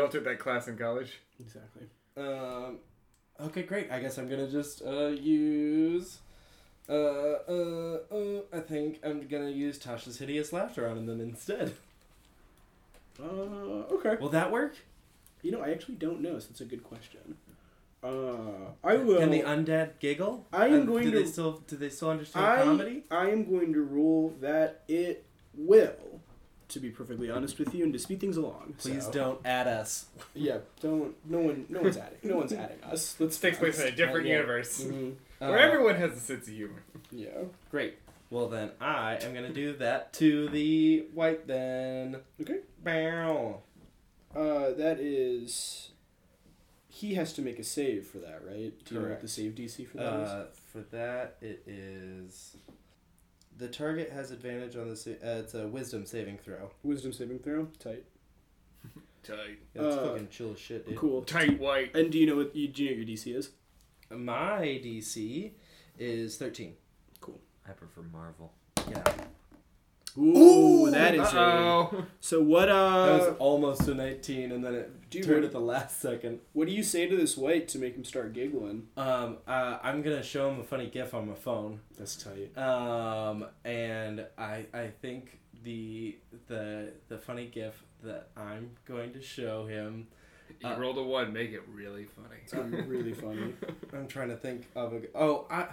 Speaker 3: all
Speaker 4: um,
Speaker 3: took that class in college.
Speaker 2: exactly.
Speaker 4: um, okay, great. I guess I'm gonna just uh, use. Uh, uh, uh, I think I'm gonna use Tasha's hideous laughter on them instead.
Speaker 2: Uh, okay.
Speaker 4: Will that work?
Speaker 2: You know, I actually don't know. So that's a good question. Uh, I will.
Speaker 4: Can the undead giggle?
Speaker 2: I am
Speaker 4: Uh,
Speaker 2: going
Speaker 4: do
Speaker 2: to-
Speaker 4: They still, do they still understand
Speaker 2: I,
Speaker 4: comedy?
Speaker 2: I am going to rule that it will. To be perfectly honest with you, and to speed things along.
Speaker 4: Please
Speaker 2: so-
Speaker 4: don't add us.
Speaker 2: Yeah, don't. No one. No one's adding. No one's adding us. Let's
Speaker 3: This takes place in a different
Speaker 4: Yeah.
Speaker 3: universe
Speaker 2: Mhm,
Speaker 4: Uh,
Speaker 3: where everyone has a sense of humor.
Speaker 2: Yeah.
Speaker 4: Great. Well then, I am gonna do that to the white then.
Speaker 2: Okay.
Speaker 4: Bow.
Speaker 2: Uh, that is. He has to make a save for that, right? Do you know what
Speaker 4: Correct.
Speaker 2: the save DC for that is?
Speaker 4: Uh, for that, it is. The target has advantage on the. Sa- uh, it's a wisdom saving throw.
Speaker 2: Wisdom saving throw. Tight.
Speaker 3: Tight,
Speaker 4: Yeah, that's
Speaker 2: Uh,
Speaker 4: fucking chill as shit, dude.
Speaker 2: Cool.
Speaker 3: tight white.
Speaker 2: And do you know what you, do you know what your DC is?
Speaker 4: My DC is 13.
Speaker 5: I prefer Marvel.
Speaker 4: Yeah.
Speaker 2: Ooh, that is a.
Speaker 3: Uh-oh.
Speaker 2: So what?
Speaker 4: That
Speaker 2: Uh,
Speaker 4: was almost a 19, and then it
Speaker 2: Do you
Speaker 4: turned
Speaker 2: re-
Speaker 4: at the last second.
Speaker 2: what do you say to this white to make him start giggling?
Speaker 4: Um, uh, I'm gonna show him a funny gif on my phone.
Speaker 2: That's tight.
Speaker 4: Um, and I I think the the the funny gif that I'm going to show him.
Speaker 3: You
Speaker 4: Uh,
Speaker 3: rolled a one, make it really funny.
Speaker 2: It's gonna be really funny.
Speaker 4: I'm trying to think of a. Oh, I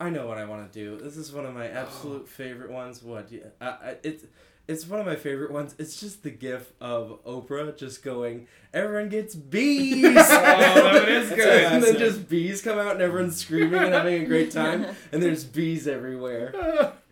Speaker 4: I know what I want to do. This is one of my absolute favorite ones. What? do you- I I- it's it's one of my favorite ones. It's just the gif of Oprah just going, "Everyone gets bees." oh,
Speaker 3: that is good.
Speaker 4: and then just bees come out and everyone's screaming and having a great time, and there's bees everywhere.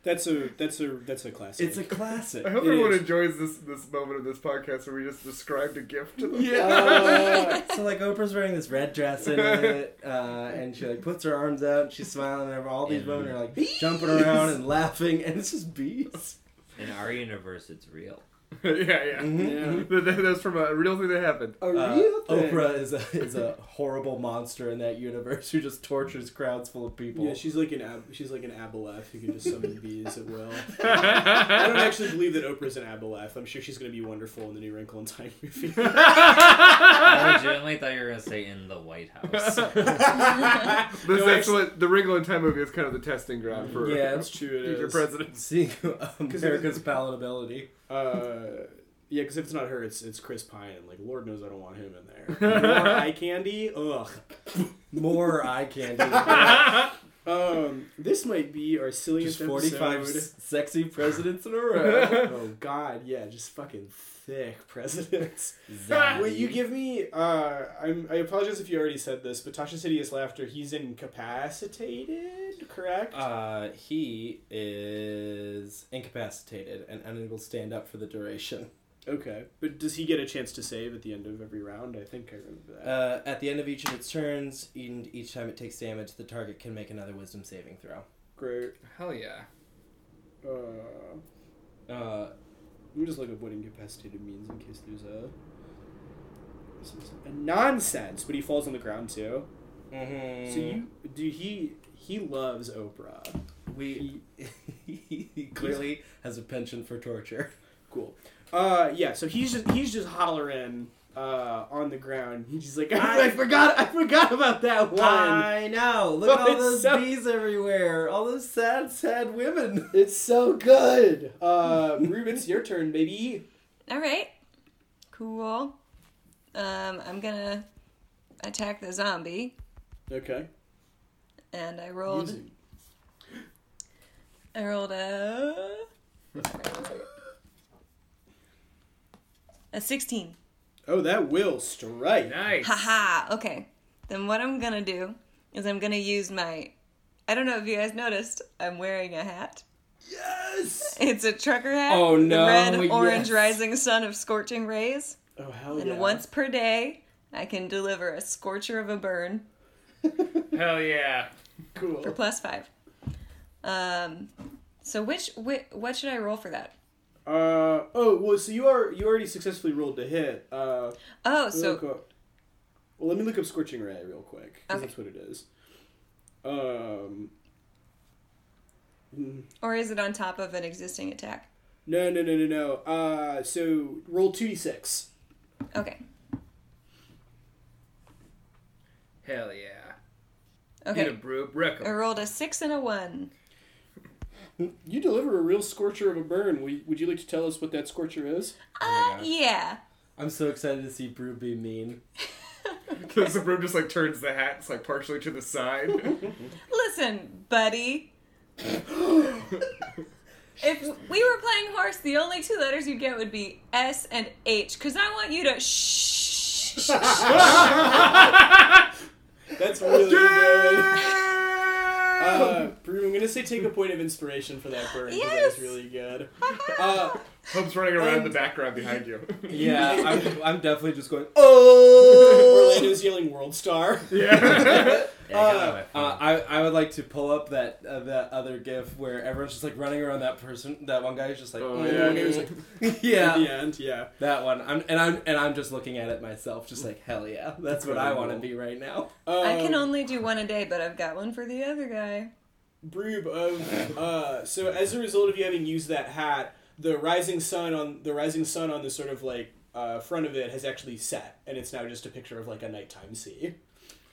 Speaker 2: That's a that's a that's a classic.
Speaker 4: It's a classic.
Speaker 7: I hope
Speaker 4: It
Speaker 7: everyone
Speaker 4: is.
Speaker 7: enjoys this this moment of this podcast where we just described a gift to them.
Speaker 4: Yeah. so like Oprah's wearing this red dress in it, uh, and she like puts her arms out and she's smiling, and all these women are like jumping around and laughing, and it's just bees.
Speaker 5: In our universe, it's real.
Speaker 7: yeah, yeah.
Speaker 4: Mhm.
Speaker 7: That- that- That's from a real thing that happened.
Speaker 2: a
Speaker 4: Uh,
Speaker 2: real thing.
Speaker 4: Oprah is a is a horrible monster in that universe who just tortures crowds full of people.
Speaker 2: Yeah, she's like an ab- she's like an aboleth who can just summon bees at will. I don't actually believe that Oprah's an aboleth. I'm sure she's going to be wonderful in the new Wrinkle in Time movie.
Speaker 5: I legitimately thought you were gonna say in the White House.
Speaker 7: This,
Speaker 2: No,
Speaker 7: that's
Speaker 2: actually-
Speaker 7: what the Wrinkle in Time movie is kind of the testing ground for
Speaker 4: Yeah,
Speaker 2: That's true. It
Speaker 7: future
Speaker 2: is.
Speaker 7: presidents.
Speaker 4: Seeing um, America's palatability.
Speaker 2: Uh, yeah, because if it's not her, it's it's Chris Pine. Like, Lord knows I don't want him in there. More eye candy. Ugh.
Speaker 4: More eye candy.
Speaker 2: Um, this might be our silliest
Speaker 4: just 45
Speaker 2: episode.
Speaker 4: s- sexy presidents in a row.
Speaker 2: oh God, yeah, just fucking thick presidents. Will you give me? Uh, I'm. I apologize if you already said this, but Tasha Hideous Laughter. He's incapacitated, correct?
Speaker 4: Uh, he is incapacitated and unable to stand up for the duration.
Speaker 2: okay, but does he get a chance to save at the end of every round? I think I remember that.
Speaker 4: Uh, at the end of each of its turns, and each time it takes damage, the target can make another Wisdom saving throw.
Speaker 2: Great.
Speaker 3: Hell yeah.
Speaker 2: Uh,
Speaker 4: Uh,
Speaker 2: let me just look up what incapacitated means in case there's a. This is a nonsense, but he falls on the ground too.
Speaker 4: mhm.
Speaker 2: So you do he he loves Oprah.
Speaker 4: we he clearly has a penchant for torture.
Speaker 2: Cool. Uh, yeah. So he's just he's just hollering uh, on the ground. He's just like, I,
Speaker 4: I-
Speaker 2: forgot, I forgot about that one.
Speaker 4: I know. Look at
Speaker 2: Oh,
Speaker 4: all
Speaker 2: it's
Speaker 4: those
Speaker 2: so-
Speaker 4: bees everywhere. All those sad, sad women.
Speaker 2: it's so good. Uh, Ruben, it's your turn, baby.
Speaker 6: All right. Cool. Um, I'm gonna attack the zombie,
Speaker 2: Okay.
Speaker 6: and I rolled.
Speaker 2: Easy.
Speaker 6: I rolled a. A 16.
Speaker 2: Oh, that will strike.
Speaker 3: Nice.
Speaker 6: Haha. Okay. Then what I'm gonna do is I'm gonna use my. I don't know if you guys noticed. I'm wearing a hat.
Speaker 2: Yes.
Speaker 6: It's a trucker hat.
Speaker 4: Oh,
Speaker 6: the
Speaker 4: no,
Speaker 6: Red,
Speaker 4: yes.
Speaker 6: orange, rising sun of scorching rays.
Speaker 2: Oh hell
Speaker 6: And
Speaker 2: yeah.
Speaker 6: once per day, I can deliver a scorcher of a burn
Speaker 3: Hell yeah.
Speaker 2: cool.
Speaker 6: for plus five. Um, so which, which what should I roll for that?
Speaker 2: Uh oh. Well, so you are you already successfully rolled to hit. Uh,
Speaker 6: Oh,
Speaker 2: let me
Speaker 6: so
Speaker 2: look up- well, let me look up scorching ray real quick because
Speaker 6: Okay.
Speaker 2: that's what it is. Um. mm.
Speaker 6: or is it on top of an existing attack?
Speaker 2: No, no, no, no, no. Uh, so roll two d six.
Speaker 6: Okay.
Speaker 3: Hell yeah. Get a
Speaker 6: Okay. Er,
Speaker 3: brew, brick 'em.
Speaker 6: I rolled a six and a one.
Speaker 2: You deliver a real scorcher of a burn. Would you, would you like to tell us what that scorcher is?
Speaker 4: Oh my
Speaker 6: Uh,
Speaker 4: gosh.
Speaker 6: yeah.
Speaker 4: I'm so excited to see Brew be mean.
Speaker 7: Because the room just like turns the hat, it's like partially to the side.
Speaker 6: Listen, buddy. if we were playing horse, the only two letters you'd get would be S and H, because I want you to shh.
Speaker 2: That's really good. Uh, Brew, I'm gonna say take a point of inspiration for that burn. 'cause That was
Speaker 6: Yes.
Speaker 2: really good. Uh,
Speaker 7: Hope's running around in the background behind you.
Speaker 4: Yeah, Uh, I'm, I'm definitely just going. uh,
Speaker 2: Orlando's yelling World Star.
Speaker 7: yeah.
Speaker 5: Yeah, I got it on my
Speaker 4: Uh, I, I would like to pull up that uh, that other GIF where everyone's just like running around that person. That one guy is just like,
Speaker 7: Oh,
Speaker 4: "Mm."
Speaker 7: yeah.
Speaker 2: And it was like,
Speaker 4: yeah,
Speaker 2: At the end, yeah.
Speaker 4: that one. I'm and I'm and I'm just looking at it myself, just like hell yeah, that's what I want to
Speaker 2: Incredible.
Speaker 4: be right now.
Speaker 2: Um,
Speaker 6: I can only do one a day, but I've got one for the other guy.
Speaker 2: Broob, of uh, so as a result of you having used that hat, the rising sun on the rising sun on the sort of like uh, front of it has actually set, and it's now just a picture of like a nighttime sea.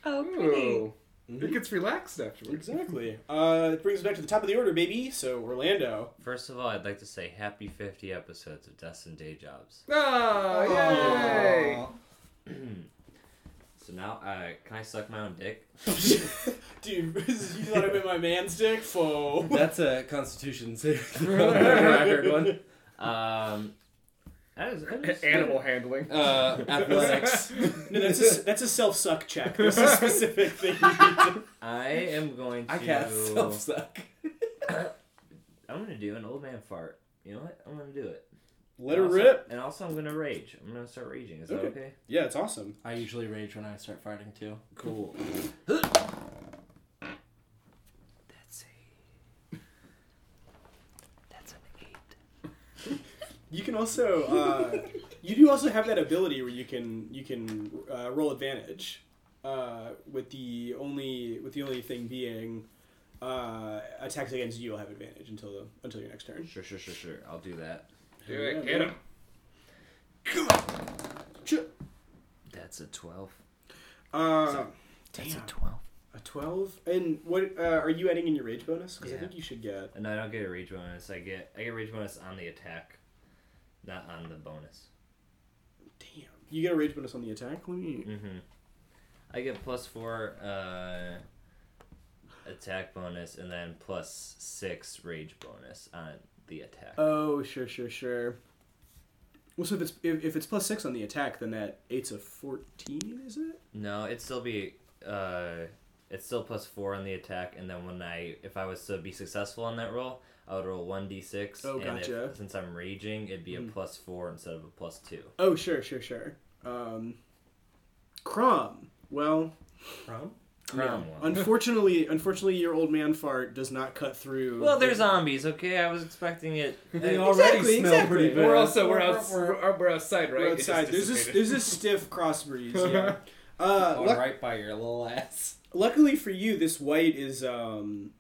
Speaker 6: Oh, pretty.
Speaker 7: Ooh. It gets relaxed afterwards.
Speaker 2: Exactly. Uh, it brings us back to the top of the order, baby. So Orlando.
Speaker 5: First of all, I'd like to say happy 50 episodes
Speaker 3: Ah,
Speaker 5: of Dust and Day Jobs.
Speaker 7: Oh, yay!
Speaker 4: Aw.
Speaker 5: So now, uh, can I suck my own dick?
Speaker 2: Dude, you thought I meant my man stick? Fo.
Speaker 4: That's a Constitution save. throw. I heard one.
Speaker 5: Um, that is, that is
Speaker 7: Animal handling.
Speaker 4: Uh, athletics.
Speaker 2: No, that's a, that's a self suck check. That's a specific thing you need to.
Speaker 5: I am going to.
Speaker 4: I cast self suck.
Speaker 5: I'm gonna do an old man fart. You know what? I'm gonna do it.
Speaker 2: Let her
Speaker 5: And also-
Speaker 2: rip.
Speaker 5: And also, I'm gonna rage. I'm gonna start raging. Is that
Speaker 2: Okay.
Speaker 5: okay?
Speaker 2: Yeah, it's awesome.
Speaker 4: I usually rage when I start fighting too.
Speaker 5: Cool. That's a. That's an eight.
Speaker 2: You can also uh, you do also have that ability where you can you can uh, roll advantage uh, with the only with the only thing being uh, attacks against you will have advantage until the, until your next turn.
Speaker 5: Sure, sure, sure, sure. I'll do that.
Speaker 3: Do it. Get him.
Speaker 5: That's a twelve.
Speaker 2: Uh, damn,
Speaker 5: twelve.
Speaker 2: a twelve. And what uh, are you adding in your rage bonus? Because I
Speaker 5: Yeah.
Speaker 2: think you should get
Speaker 5: And I don't get a rage bonus. I get I get rage bonus on the attack, not on the bonus.
Speaker 2: damn. You get a rage bonus on the attack. Let me.
Speaker 5: Mm-hmm. I get plus four uh, attack bonus and then plus six rage bonus on the attack.
Speaker 2: Oh, sure, sure, sure. Well, so if it's if, if it's plus six on the attack, then that eight's a fourteen, is it?
Speaker 5: No, it'd still be uh it's still plus four on the attack and then when I if I was to be successful on that roll, I would roll one D six.
Speaker 2: Oh,
Speaker 5: and if-
Speaker 2: gotcha. Hmm.
Speaker 5: since I'm raging, it'd be a plus four instead of a plus two.
Speaker 2: Oh, sure, sure, sure. Um, Crom. Well,
Speaker 4: From?
Speaker 5: Crown one.
Speaker 2: unfortunately, unfortunately, your old man fart does not cut through.
Speaker 5: Well, they're zombies, okay? I was expecting it.
Speaker 4: They
Speaker 5: Uh,
Speaker 4: already
Speaker 2: exactly,
Speaker 4: smell
Speaker 2: exactly.
Speaker 4: pretty bad.
Speaker 3: We're also we're,
Speaker 4: We're-
Speaker 3: outs-
Speaker 4: we're-
Speaker 3: we're, we're outside, right?
Speaker 2: We're
Speaker 3: It just
Speaker 2: outside. There's this
Speaker 3: dissipated.
Speaker 2: there's this stiff cross breeze. Yeah. Uh,
Speaker 4: Going
Speaker 2: luck-
Speaker 4: Oh, right by your little ass.
Speaker 2: luckily for you, this white is um,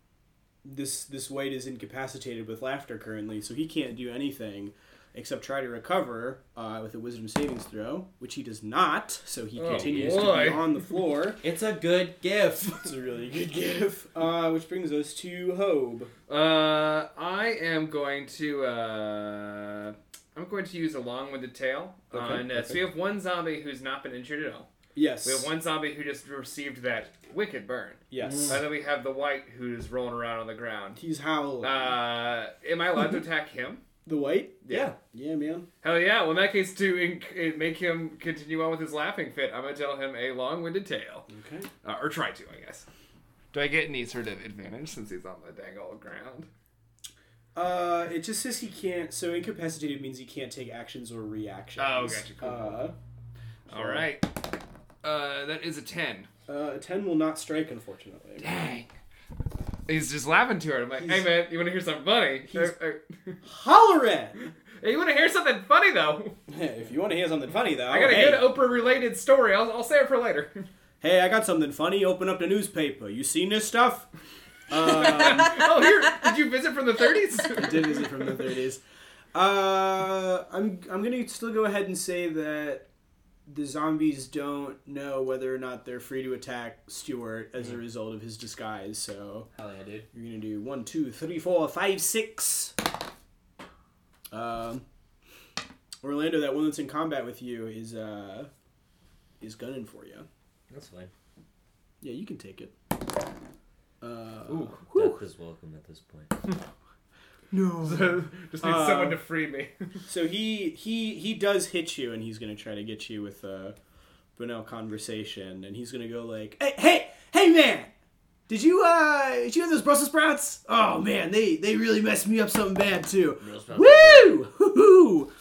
Speaker 2: this this white is incapacitated with laughter currently, so he can't do anything except try to recover uh, with a wisdom savings throw, which he does not. So he
Speaker 3: Oh,
Speaker 2: continues to
Speaker 3: boy.
Speaker 2: be on the floor.
Speaker 4: It's a good gift.
Speaker 2: It's a really good gif. Uh, which brings us to Hobe.
Speaker 3: Uh, I am going to uh, I'm going to use a long-winded tail
Speaker 2: Okay,
Speaker 3: on. Uh, so
Speaker 2: okay.
Speaker 3: we have one zombie who's not been injured at all.
Speaker 2: Yes.
Speaker 3: We have one zombie who just received that wicked burn.
Speaker 2: Yes.
Speaker 3: And then we have the white who's rolling around on the ground.
Speaker 2: He's Howl.
Speaker 3: Uh, am I allowed to attack him?
Speaker 2: the white?
Speaker 3: Yeah.
Speaker 2: Yeah, man.
Speaker 3: Hell yeah! Well, in that case, to inc- eh, make him continue on with his laughing fit, I'm gonna tell him a long-winded tale,
Speaker 2: Okay.
Speaker 3: uh, or try to, I guess. Do I get any sort of advantage since he's on the dang old ground?
Speaker 2: Uh, it just says he can't. So incapacitated means he can't take actions or reactions.
Speaker 3: Oh, gotcha, cool.
Speaker 2: Uh,
Speaker 3: All right. Uh, that is a ten.
Speaker 2: uh, a ten will not strike, unfortunately.
Speaker 3: Dang. He's just laughing to her. I'm like, hey man, you want to hear something funny?
Speaker 2: He's-
Speaker 3: Er, er,
Speaker 2: Hollerin!
Speaker 3: hey, you want to hear something funny though?
Speaker 2: if you want to hear something funny, though,
Speaker 3: I got a
Speaker 2: hey,
Speaker 3: good Oprah related story. I'll, I'll save it for later.
Speaker 2: hey, I got something funny. Open up the newspaper. You seen this stuff? Um,
Speaker 3: oh, here, did you visit from the 30s?
Speaker 2: did visit from the thirties. Uh, I'm I'm gonna still go ahead and say that the zombies don't know whether or not they're free to attack Stuart as a result of his disguise. So
Speaker 4: Hell yeah, dude.
Speaker 2: you're gonna do one, two, three, four, five, six. Um, Orlando, that one that's in combat with you is uh is gunning for you.
Speaker 5: That's fine.
Speaker 2: Yeah, you can take it. Uh,
Speaker 3: Ooh.
Speaker 5: Death is welcome at this point.
Speaker 2: no.
Speaker 3: just need someone to free me.
Speaker 2: So he he he does hit you, and he's gonna try to get you with a banal conversation, and he's gonna go like, "Hey hey hey man, did you uh did you have those Brussels sprouts? Oh man, they they really messed me up something bad too. Woo hoo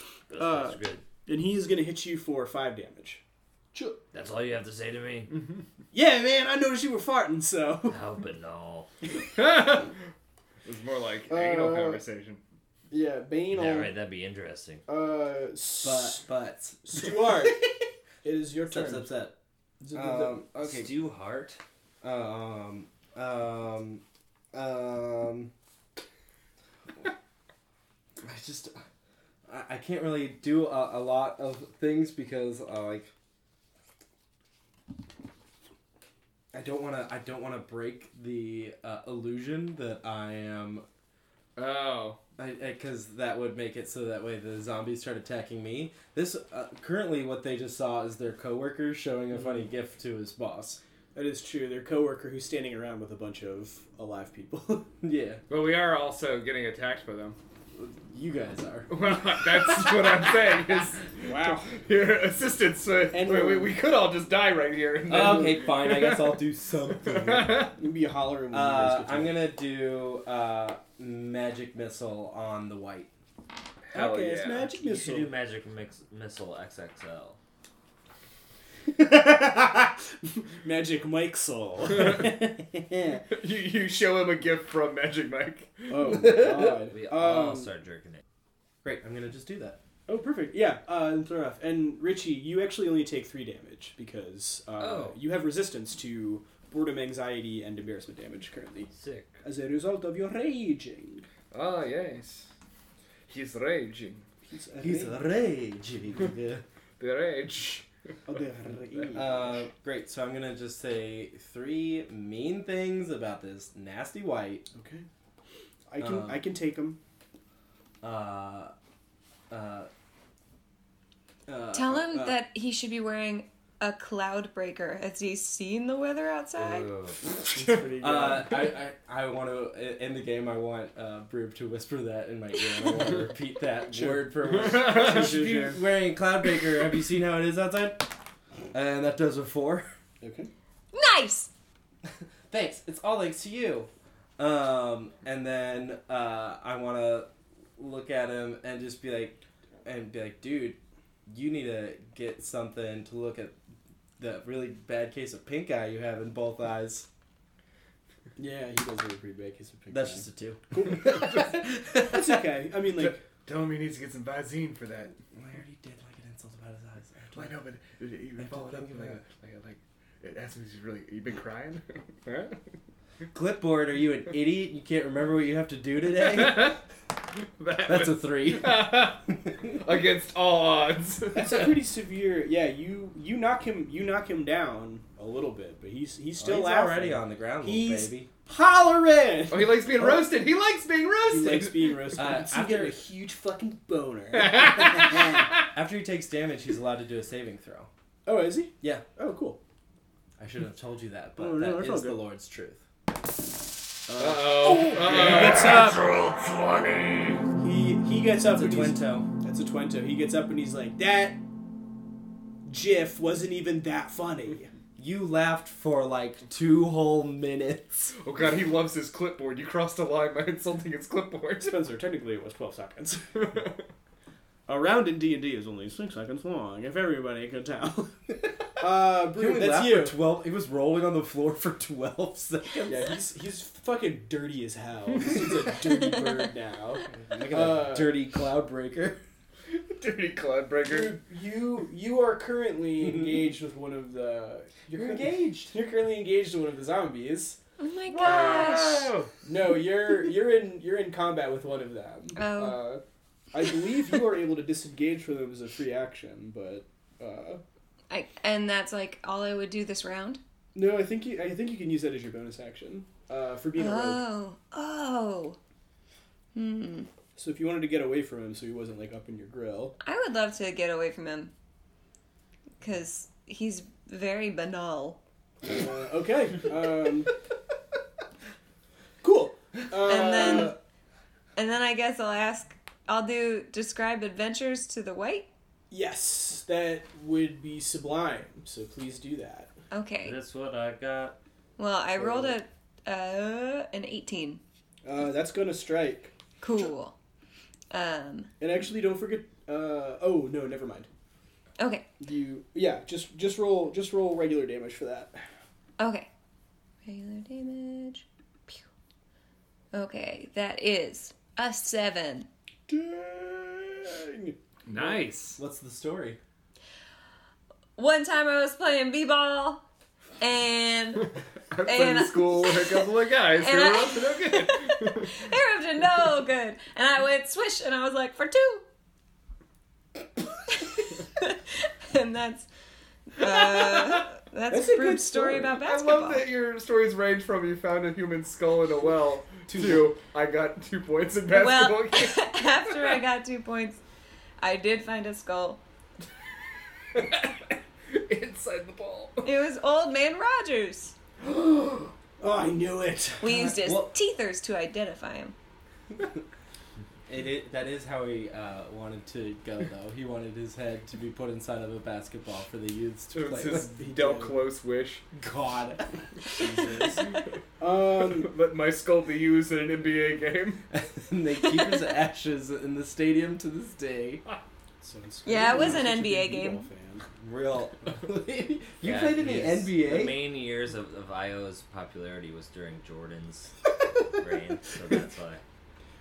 Speaker 2: Uh,
Speaker 5: That's good.
Speaker 2: And he's gonna hit you for five damage.
Speaker 5: That's all you have to say to me.
Speaker 2: Mm-hmm.
Speaker 5: Oh,
Speaker 2: Yeah man, I noticed you were farting, so
Speaker 5: How banal.
Speaker 3: it was more like anal
Speaker 2: Uh,
Speaker 3: conversation.
Speaker 2: yeah, Bane.
Speaker 5: Yeah, right. That'd be interesting.
Speaker 2: Uh,
Speaker 4: But, but.
Speaker 2: Stuart, it is your
Speaker 4: Step, step, step. Um, okay.
Speaker 5: Stu Hart.
Speaker 4: Um, um, um. I just, I, I can't really do a, a lot of things because uh, like, I don't want to. I don't want to break the uh, illusion that I am
Speaker 3: Oh.
Speaker 4: because that would make it so that way the zombies start attacking me. This uh, currently what they just saw is their coworker showing a funny gift to his boss.
Speaker 2: That is true. Their coworker who's standing around with a bunch of alive people.
Speaker 4: yeah,
Speaker 3: But we are also getting attacked by them.
Speaker 4: you guys are.
Speaker 3: Well, that's what I'm saying. Is
Speaker 7: Wow. Your assistants. Uh,
Speaker 4: And-
Speaker 7: we, we, we could all just die right here. and then-
Speaker 4: Oh, okay, fine. I guess I'll do something.
Speaker 2: You'd be hollering. when you
Speaker 4: Uh,
Speaker 2: guys get
Speaker 4: I'm
Speaker 2: to-
Speaker 4: gonna do uh, magic missile on the white.
Speaker 3: Hell
Speaker 2: okay,
Speaker 3: yeah.
Speaker 2: it's magic
Speaker 5: You should do
Speaker 2: missile.
Speaker 5: Magic Mix- Missile XXL.
Speaker 2: magic Mike soul.
Speaker 7: you, you show him a gift from Magic Mike.
Speaker 2: oh god.
Speaker 5: We all
Speaker 2: Um,
Speaker 5: start jerking it.
Speaker 4: Great. I'm gonna just do that.
Speaker 2: Oh, perfect. Yeah, uh, and throw it off. And Richie, you actually only take three damage because uh,
Speaker 3: Oh.
Speaker 2: you have resistance to boredom, anxiety, and embarrassment damage currently
Speaker 5: Sick.
Speaker 2: as a result of your raging.
Speaker 3: Oh yes, he's raging.
Speaker 2: He's a
Speaker 4: He's
Speaker 2: rage.
Speaker 4: raging.
Speaker 3: The rage.
Speaker 2: Oh, the rage.
Speaker 4: uh, great. So I'm gonna just say three mean things about this nasty white.
Speaker 2: okay. I can
Speaker 4: um,
Speaker 2: I can take him.
Speaker 4: Uh, uh, uh,
Speaker 6: Tell him
Speaker 4: uh,
Speaker 6: that he should be wearing a cloud breaker. Has he seen the weather outside?
Speaker 2: It's pretty good.
Speaker 4: Uh, I, I, I want to in the game. I want uh, Broob to whisper that in my ear. and I want to repeat that
Speaker 2: Sure.
Speaker 4: word for word. You should be wearing cloud baker. Have you seen how it is outside? And that does a four.
Speaker 2: okay.
Speaker 6: Nice!
Speaker 4: Thanks. It's all thanks to you. Um, and then uh, I want to look at him and just be like, and be like, dude, you need to get something to look at the really bad case of pink eye you have in both eyes.
Speaker 2: Yeah, he does look pretty big. He's a big
Speaker 4: That's
Speaker 2: guy.
Speaker 4: just a two.
Speaker 2: That's okay. I mean, like,
Speaker 7: Tell him he needs to get some Visine for that.
Speaker 4: I already did like an insult about his eyes. I have to-
Speaker 7: Well, I know, but you- you
Speaker 4: I've
Speaker 7: followed
Speaker 4: been
Speaker 7: up
Speaker 4: thinking
Speaker 7: like,
Speaker 4: about
Speaker 7: like, like, it asked me if he's really, you been crying? Huh?
Speaker 4: Clipboard, are you an idiot? You can't remember what you have to do today?
Speaker 7: That
Speaker 4: That's a
Speaker 7: was-
Speaker 4: three.
Speaker 7: Against all odds.
Speaker 2: that's pretty severe. Yeah, you you knock him you knock him down a little bit, but he's he's still
Speaker 4: Oh, He's
Speaker 2: laughing.
Speaker 4: already on the ground, little
Speaker 2: He's-
Speaker 4: baby.
Speaker 2: hollering.
Speaker 7: Oh, he likes being roasted. He likes being
Speaker 2: He
Speaker 7: roasted.
Speaker 2: likes being roasted.
Speaker 4: Uh,
Speaker 2: Once you
Speaker 4: after-
Speaker 2: get a huge fucking boner.
Speaker 4: After he takes damage, he's allowed to do a saving throw.
Speaker 2: oh, is he?
Speaker 4: Yeah.
Speaker 2: Oh, cool.
Speaker 4: I should have told you that, but
Speaker 2: Oh, no,
Speaker 4: that
Speaker 2: that's
Speaker 4: is
Speaker 2: all
Speaker 4: the
Speaker 2: good.
Speaker 4: Lord's truth.
Speaker 7: Uh-oh.
Speaker 2: Gets Oh, up.
Speaker 5: Roll
Speaker 2: He he gets up
Speaker 4: It's a
Speaker 2: and
Speaker 4: twin
Speaker 2: he's,
Speaker 4: toe.
Speaker 2: that's a twento. He gets up and he's like, that GIF wasn't even that funny.
Speaker 4: You laughed for like two whole minutes.
Speaker 7: Oh, God, he loves his clipboard. You crossed a line by insulting his clipboard.
Speaker 2: Spencer, technically it was twelve seconds. A round in D and D is only six seconds long. If everybody could tell. uh,
Speaker 4: He only
Speaker 2: Brew, that's
Speaker 4: laughed
Speaker 2: you.
Speaker 4: For Twelve. He was rolling on the floor for twelve seconds.
Speaker 2: yeah, he's he's fucking dirty as hell. He's a dirty bird now.
Speaker 4: Look at
Speaker 2: Uh,
Speaker 4: that dirty cloud breaker.
Speaker 7: Dirty club breaker.
Speaker 2: Dude, you you are currently engaged with one of the. You're, currently- You're currently engaged with one of the zombies.
Speaker 6: Oh my gosh.
Speaker 7: Oh,
Speaker 2: No, you're you're in you're in combat with one of them.
Speaker 6: Oh.
Speaker 2: Uh, I believe you are able to disengage from them as a free action, but uh,
Speaker 6: I, and that's like all I would do this round?
Speaker 2: no, I think you I think you can use that as your bonus action uh, for being a rogue.
Speaker 6: Oh. Oh. Hmm.
Speaker 2: So if you wanted to get away from him, so he wasn't like up in your grill.
Speaker 6: I would love to get away from him. Because he's very banal.
Speaker 2: Uh, okay. Um, cool. Uh,
Speaker 6: And then- And then I guess I'll ask, I'll do describe adventures to the white.
Speaker 2: yes, that would be sublime. So please do that.
Speaker 6: Okay.
Speaker 5: That's what I got.
Speaker 6: Well, I rolled a uh, an 18.
Speaker 2: Uh, that's gonna strike.
Speaker 6: Cool. Um.
Speaker 2: And actually, don't forget. Uh, oh no, never mind.
Speaker 6: Okay.
Speaker 2: You yeah, just just roll just roll regular damage for that.
Speaker 6: Okay. Regular damage. Pew. Okay, that is a seven.
Speaker 2: Dang.
Speaker 3: Nice.
Speaker 4: What's the story?
Speaker 6: One time I was playing b-ball, and
Speaker 7: I played in
Speaker 6: and-
Speaker 7: school with a couple of guys who
Speaker 6: and
Speaker 7: were
Speaker 6: I-
Speaker 7: up to no good.
Speaker 6: it ripped no good. And I went swish, and I was like, for two. and that's uh, That's,
Speaker 2: That's
Speaker 6: a
Speaker 2: a good
Speaker 6: Brute's story
Speaker 2: story.
Speaker 6: about
Speaker 7: I
Speaker 6: basketball.
Speaker 7: love that your stories range from you found a human skull in a well to I got two points in basketball
Speaker 6: well,
Speaker 7: game.
Speaker 6: after I got two points, I did find a skull.
Speaker 7: Inside the ball.
Speaker 6: It was Old Man Rogers.
Speaker 2: Oh, I knew it.
Speaker 6: We used his
Speaker 4: Well-
Speaker 6: teethers to identify him.
Speaker 4: It, i that is how he uh, wanted to go, though. He wanted his head to be put inside of a basketball for the youths to
Speaker 7: It was
Speaker 4: play
Speaker 7: his
Speaker 4: with.
Speaker 7: Del Close wish.
Speaker 4: God, Jesus!
Speaker 2: Um,
Speaker 7: Let my skull be used in an NBA game.
Speaker 4: and they keep his ashes in the stadium to this day.
Speaker 2: so it's-
Speaker 6: Yeah, it was
Speaker 2: I'm
Speaker 6: an
Speaker 2: such a big
Speaker 6: NBA game.
Speaker 2: Eagle fan.
Speaker 4: Real. you
Speaker 5: Yeah,
Speaker 4: played in the
Speaker 5: he's- The
Speaker 4: NBA.
Speaker 5: main years of, of Io's popularity was during Jordan's reign, so that's why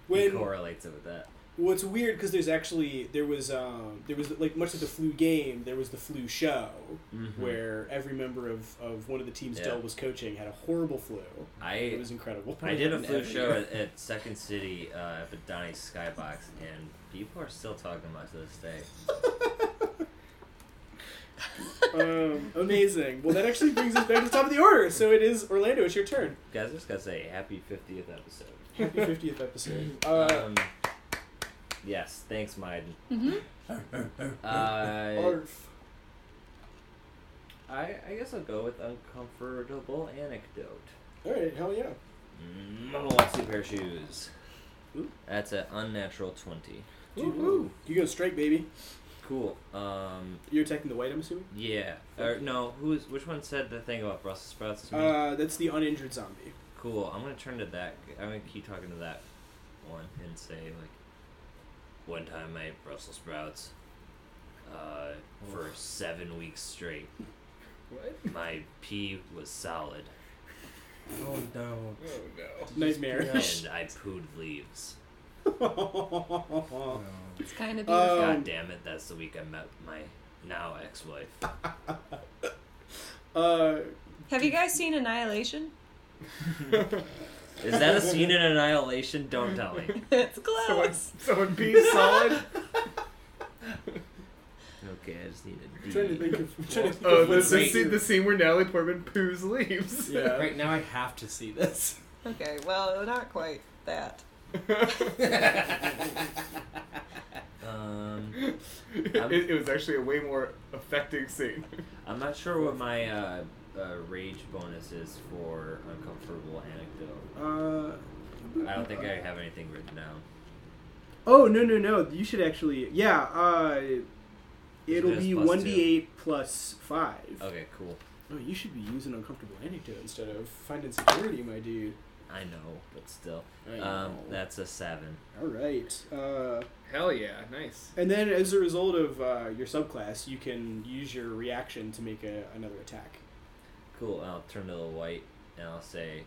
Speaker 5: he
Speaker 2: When
Speaker 5: correlates it with that.
Speaker 2: well, it's weird because there's actually there was um there was like much of the flu game there was the flu show
Speaker 5: Mhm.
Speaker 2: where every member of of one of the teams
Speaker 5: Yeah.
Speaker 2: Dell was coaching had a horrible flu. It
Speaker 5: I
Speaker 2: was incredible.
Speaker 5: I did a
Speaker 4: Never.
Speaker 5: flu show at, at Second City uh, up at Donny's Skybox, and people are still talking about it to this day.
Speaker 2: Um, amazing. Well, that actually brings us back to the top of the order. So it is Orlando. It's your turn.
Speaker 5: Guys, I just gotta say, happy 50th episode.
Speaker 2: Happy 50th episode. Uh,
Speaker 5: um, yes, thanks, Maiden.
Speaker 6: Mm-hmm.
Speaker 5: Uh,
Speaker 2: arf.
Speaker 5: I, I guess I'll go with uncomfortable anecdote. Mm,
Speaker 2: All right. Hell yeah.
Speaker 5: Monolexi pair of shoes.
Speaker 2: Ooh.
Speaker 5: That's an unnatural 20.
Speaker 2: Woo-hoo. You go strike, baby.
Speaker 5: Cool. Um,
Speaker 2: You're attacking the white. I'm assuming.
Speaker 5: yeah. Or, no, who's which one said the thing about Brussels sprouts? It's me.
Speaker 2: Uh, that's the uninjured zombie.
Speaker 5: Cool. I'm gonna turn to that. I'm gonna keep talking to that one and say like, one time I ate Brussels sprouts, uh, for seven weeks straight.
Speaker 7: What?
Speaker 5: My pee was solid,
Speaker 4: Oh no!
Speaker 7: Oh no.
Speaker 2: Nightmare.
Speaker 5: and I pooed leaves.
Speaker 4: no.
Speaker 6: It's kind of beautiful.
Speaker 2: Um,
Speaker 5: God damn it! That's the week I met my now ex-wife.
Speaker 2: uh,
Speaker 6: Have you guys seen Annihilation?
Speaker 5: Is that a scene in Annihilation? Don't tell me.
Speaker 6: it's
Speaker 7: Someone,
Speaker 6: close.
Speaker 7: someone be solid.
Speaker 5: Okay, I just need a
Speaker 2: I'm
Speaker 5: D.
Speaker 2: trying to think of. I'm trying to think
Speaker 7: Oh,
Speaker 2: of what
Speaker 7: this
Speaker 2: the-
Speaker 7: is the, scene where Natalie Portman poos leaves.
Speaker 2: Yeah.
Speaker 4: Right now, I have to see this.
Speaker 6: Okay, well, not quite that.
Speaker 5: Um,
Speaker 7: it, it was actually a way more affecting scene.
Speaker 5: I'm not sure what my uh, uh, rage bonus is for uncomfortable anecdote.
Speaker 2: Uh,
Speaker 5: I don't think I have anything written down.
Speaker 2: oh no no no! You should actually. Yeah. Uh, it'll
Speaker 5: Just
Speaker 2: be
Speaker 5: plus
Speaker 2: one d eight plus five.
Speaker 5: Okay, cool.
Speaker 2: Oh, you should be using uncomfortable anecdote instead of finding security, my dude.
Speaker 5: I know, but still,
Speaker 2: I
Speaker 5: um,
Speaker 2: know.
Speaker 5: that's a seven.
Speaker 2: All right. Uh,
Speaker 7: Hell yeah, nice.
Speaker 2: and then as a result of uh, your subclass, you can use your reaction to make a, another attack.
Speaker 5: Cool. I'll turn to the white and I'll say,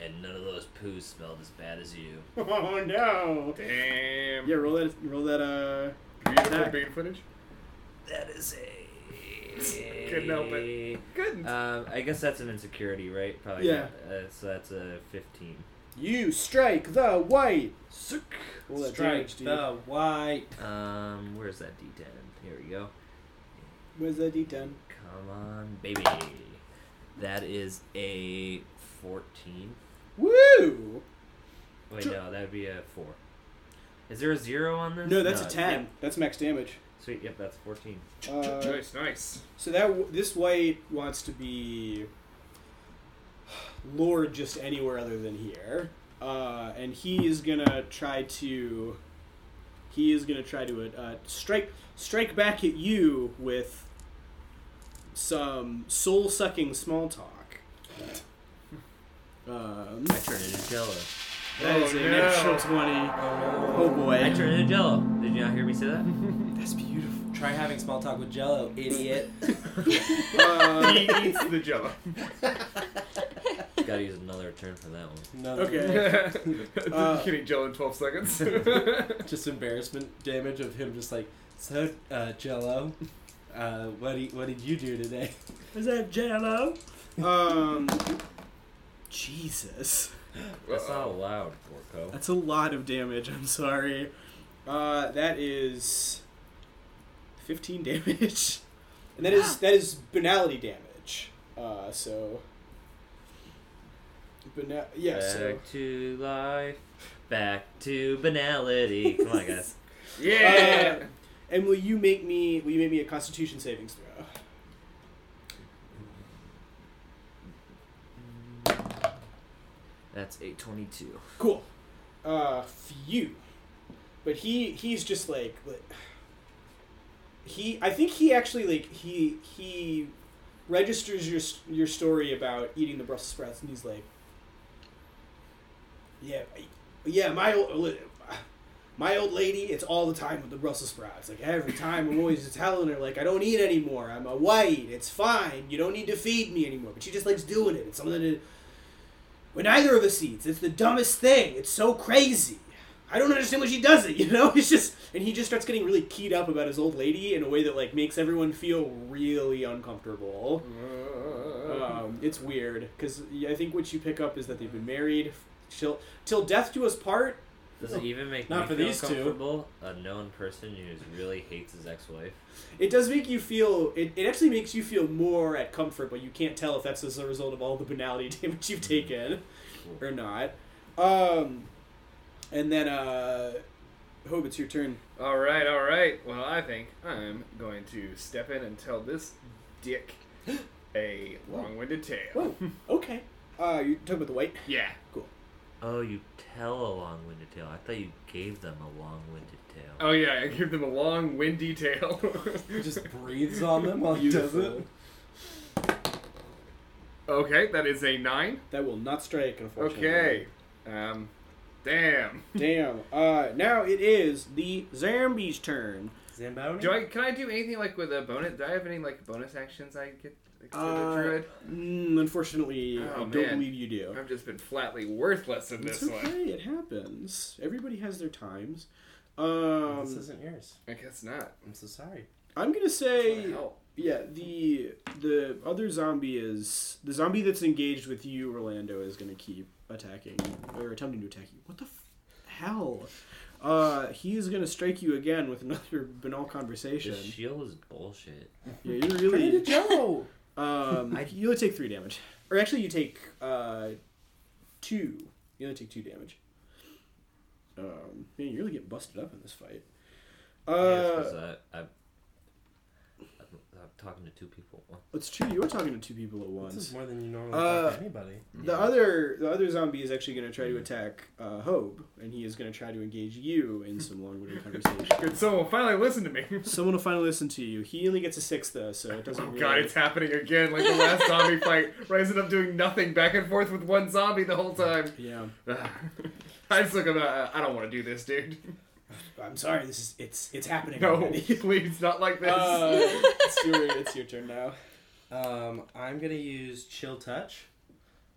Speaker 5: and none of those poos smelled as bad as you.
Speaker 2: Oh no!
Speaker 7: Damn.
Speaker 2: Yeah, roll that. Roll that. Uh,
Speaker 7: Beautiful
Speaker 2: attack.
Speaker 7: bean footage.
Speaker 5: That is a.
Speaker 7: Couldn't help it. Good.
Speaker 5: Um, I guess that's an insecurity, right? Probably.
Speaker 2: Yeah.
Speaker 5: not. Uh, so that's a fifteen.
Speaker 2: you strike the white.
Speaker 5: Sick.
Speaker 2: Roll that
Speaker 4: Strike
Speaker 2: damage, dude.
Speaker 4: the white.
Speaker 5: Um, where's that D10? Here we go.
Speaker 2: Where's that d10?
Speaker 5: Come on, baby. That is a 14.
Speaker 2: Woo!
Speaker 5: Wait,
Speaker 2: Sure.
Speaker 5: no, that would be a 4. Is there a 0 on this?
Speaker 2: No, that's a
Speaker 5: it-
Speaker 2: 10.
Speaker 5: yep.
Speaker 2: That's max damage.
Speaker 5: Sweet, yep, that's 14.
Speaker 2: Uh,
Speaker 7: nice, nice.
Speaker 2: so that w- this white wants to be lured just anywhere other than here, uh, and he is gonna try to. He is gonna try to uh, strike strike back at you with some soul sucking small talk. Um,
Speaker 5: I turn into jello.
Speaker 2: that is a
Speaker 7: no.
Speaker 2: natural twenty. Oh boy!
Speaker 5: I turn into jello. Did you not hear me say that?
Speaker 2: That's beautiful.
Speaker 4: Try having small talk with Jello, idiot.
Speaker 2: Uh,
Speaker 7: He eats the jello.
Speaker 5: Gotta use another turn for that one.
Speaker 4: no.
Speaker 2: okay. Uh,
Speaker 7: You can eat jello in 12 seconds. That's
Speaker 4: Just embarrassment damage of him, just like so. Uh, Jello, uh, what do you- what did you do today?
Speaker 2: Is that Jello? Um, Jesus,
Speaker 5: That's not allowed, Porco.
Speaker 2: that's a lot of damage. I'm sorry. Uh, that is fifteen damage, and that is that is banality damage. Uh, so. But now, yeah,
Speaker 5: back
Speaker 2: so.
Speaker 5: to life. Back to banality. Come on, guys.
Speaker 2: Yeah! and will you make me, will you make me a constitution savings throw?
Speaker 5: That's 822.
Speaker 2: Cool. Uh, few. But he he's just like li- he I think he actually like he he registers your s- your story about eating the Brussels sprouts and he's like yeah I- yeah my old li- my old lady it's all the time with the Brussels sprouts like every time I'm always just telling her like I don't eat anymore I'm a white it's fine you don't need to feed me anymore but she just likes doing it it's something that when neither of us eats. It's the dumbest thing. It's so crazy. I don't understand why she does it, you know? It's just and he just starts getting really keyed up about his old lady in a way that like makes everyone feel really uncomfortable. Um, it's weird cuz I think what you pick up is that they've been married till till death do us part.
Speaker 5: Does it even make
Speaker 4: Oh, Not
Speaker 5: me
Speaker 4: for
Speaker 5: feel
Speaker 4: these two.
Speaker 5: comfortable? A known person who just really hates his ex-wife.
Speaker 2: It does make you feel it, it actually makes you feel more at comfort, but you can't tell if that's as a result of all the banality damage you've taken or not. Um and then uh Hope it's your turn.
Speaker 3: All right, all right. Well, I think I'm going to step in and tell this dick a long-winded tale.
Speaker 2: Whoa. Okay. Uh, you're talking about the white?
Speaker 3: Yeah.
Speaker 5: Oh, you tell a long-winded tale. I thought you gave them a long-winded tale.
Speaker 3: Oh yeah, I give them a long windy tale.
Speaker 4: Just breathes on them while he does it.
Speaker 3: okay, that is a nine.
Speaker 2: That will not strike, unfortunately.
Speaker 3: Okay. Um, damn.
Speaker 2: Damn. Uh, now it is the Zambies' turn.
Speaker 4: Zamboni?
Speaker 3: Do I can I do anything like with a bonus? Do I have any like bonus actions I get? Like, to
Speaker 2: Uh,
Speaker 3: the druid?
Speaker 2: Mm, unfortunately,
Speaker 3: Oh,
Speaker 2: I don't
Speaker 3: man.
Speaker 2: believe you do.
Speaker 3: I've just been flatly worthless in
Speaker 2: It's
Speaker 3: this
Speaker 2: okay.
Speaker 3: one.
Speaker 2: It happens. Everybody has their times.
Speaker 4: This
Speaker 2: Um,
Speaker 4: isn't yours.
Speaker 3: I guess not.
Speaker 4: I'm so sorry.
Speaker 2: I'm gonna say,
Speaker 3: Hell.
Speaker 2: yeah. The the other zombie is the zombie that's engaged with you, Orlando, is gonna keep attacking or attempting to attack you. What the f- hell? Uh, he is gonna strike you again with another banal
Speaker 5: The
Speaker 2: conversation.
Speaker 5: shield is bullshit.
Speaker 2: Yeah, you're
Speaker 4: Turn
Speaker 2: really.
Speaker 4: into Joe!
Speaker 2: Um, you only take three damage, or actually, you take uh, two. You only take two damage. Um, man, you really get busted up in this fight.
Speaker 5: yeah,
Speaker 2: Uh,
Speaker 5: it's 'cause I, I, I'm, I'm talking to two people. at once.
Speaker 2: it's true. You are talking to two people at
Speaker 4: This
Speaker 2: once.
Speaker 4: is more than you normally
Speaker 2: Uh,
Speaker 4: talk to anybody.
Speaker 2: The other, the other zombie is actually going to try to attack uh, Hobe, and he is going to try to engage you in some long-winded conversation.
Speaker 3: Good someone finally listen to me.
Speaker 2: Someone will finally listen to you. He only gets a six though, so it doesn't.
Speaker 3: Oh
Speaker 2: really...
Speaker 3: god, it's happening again, like the last zombie fight, rising up doing nothing back and forth with one zombie the whole time.
Speaker 2: yeah.
Speaker 3: I just look at him, uh, I don't want to do this, dude.
Speaker 2: I'm sorry. This is it's it's happening.
Speaker 3: No,
Speaker 2: Already.
Speaker 3: please, not like this.
Speaker 2: Uh, it's, your, it's your turn now.
Speaker 4: Um, I'm gonna use Chill Touch.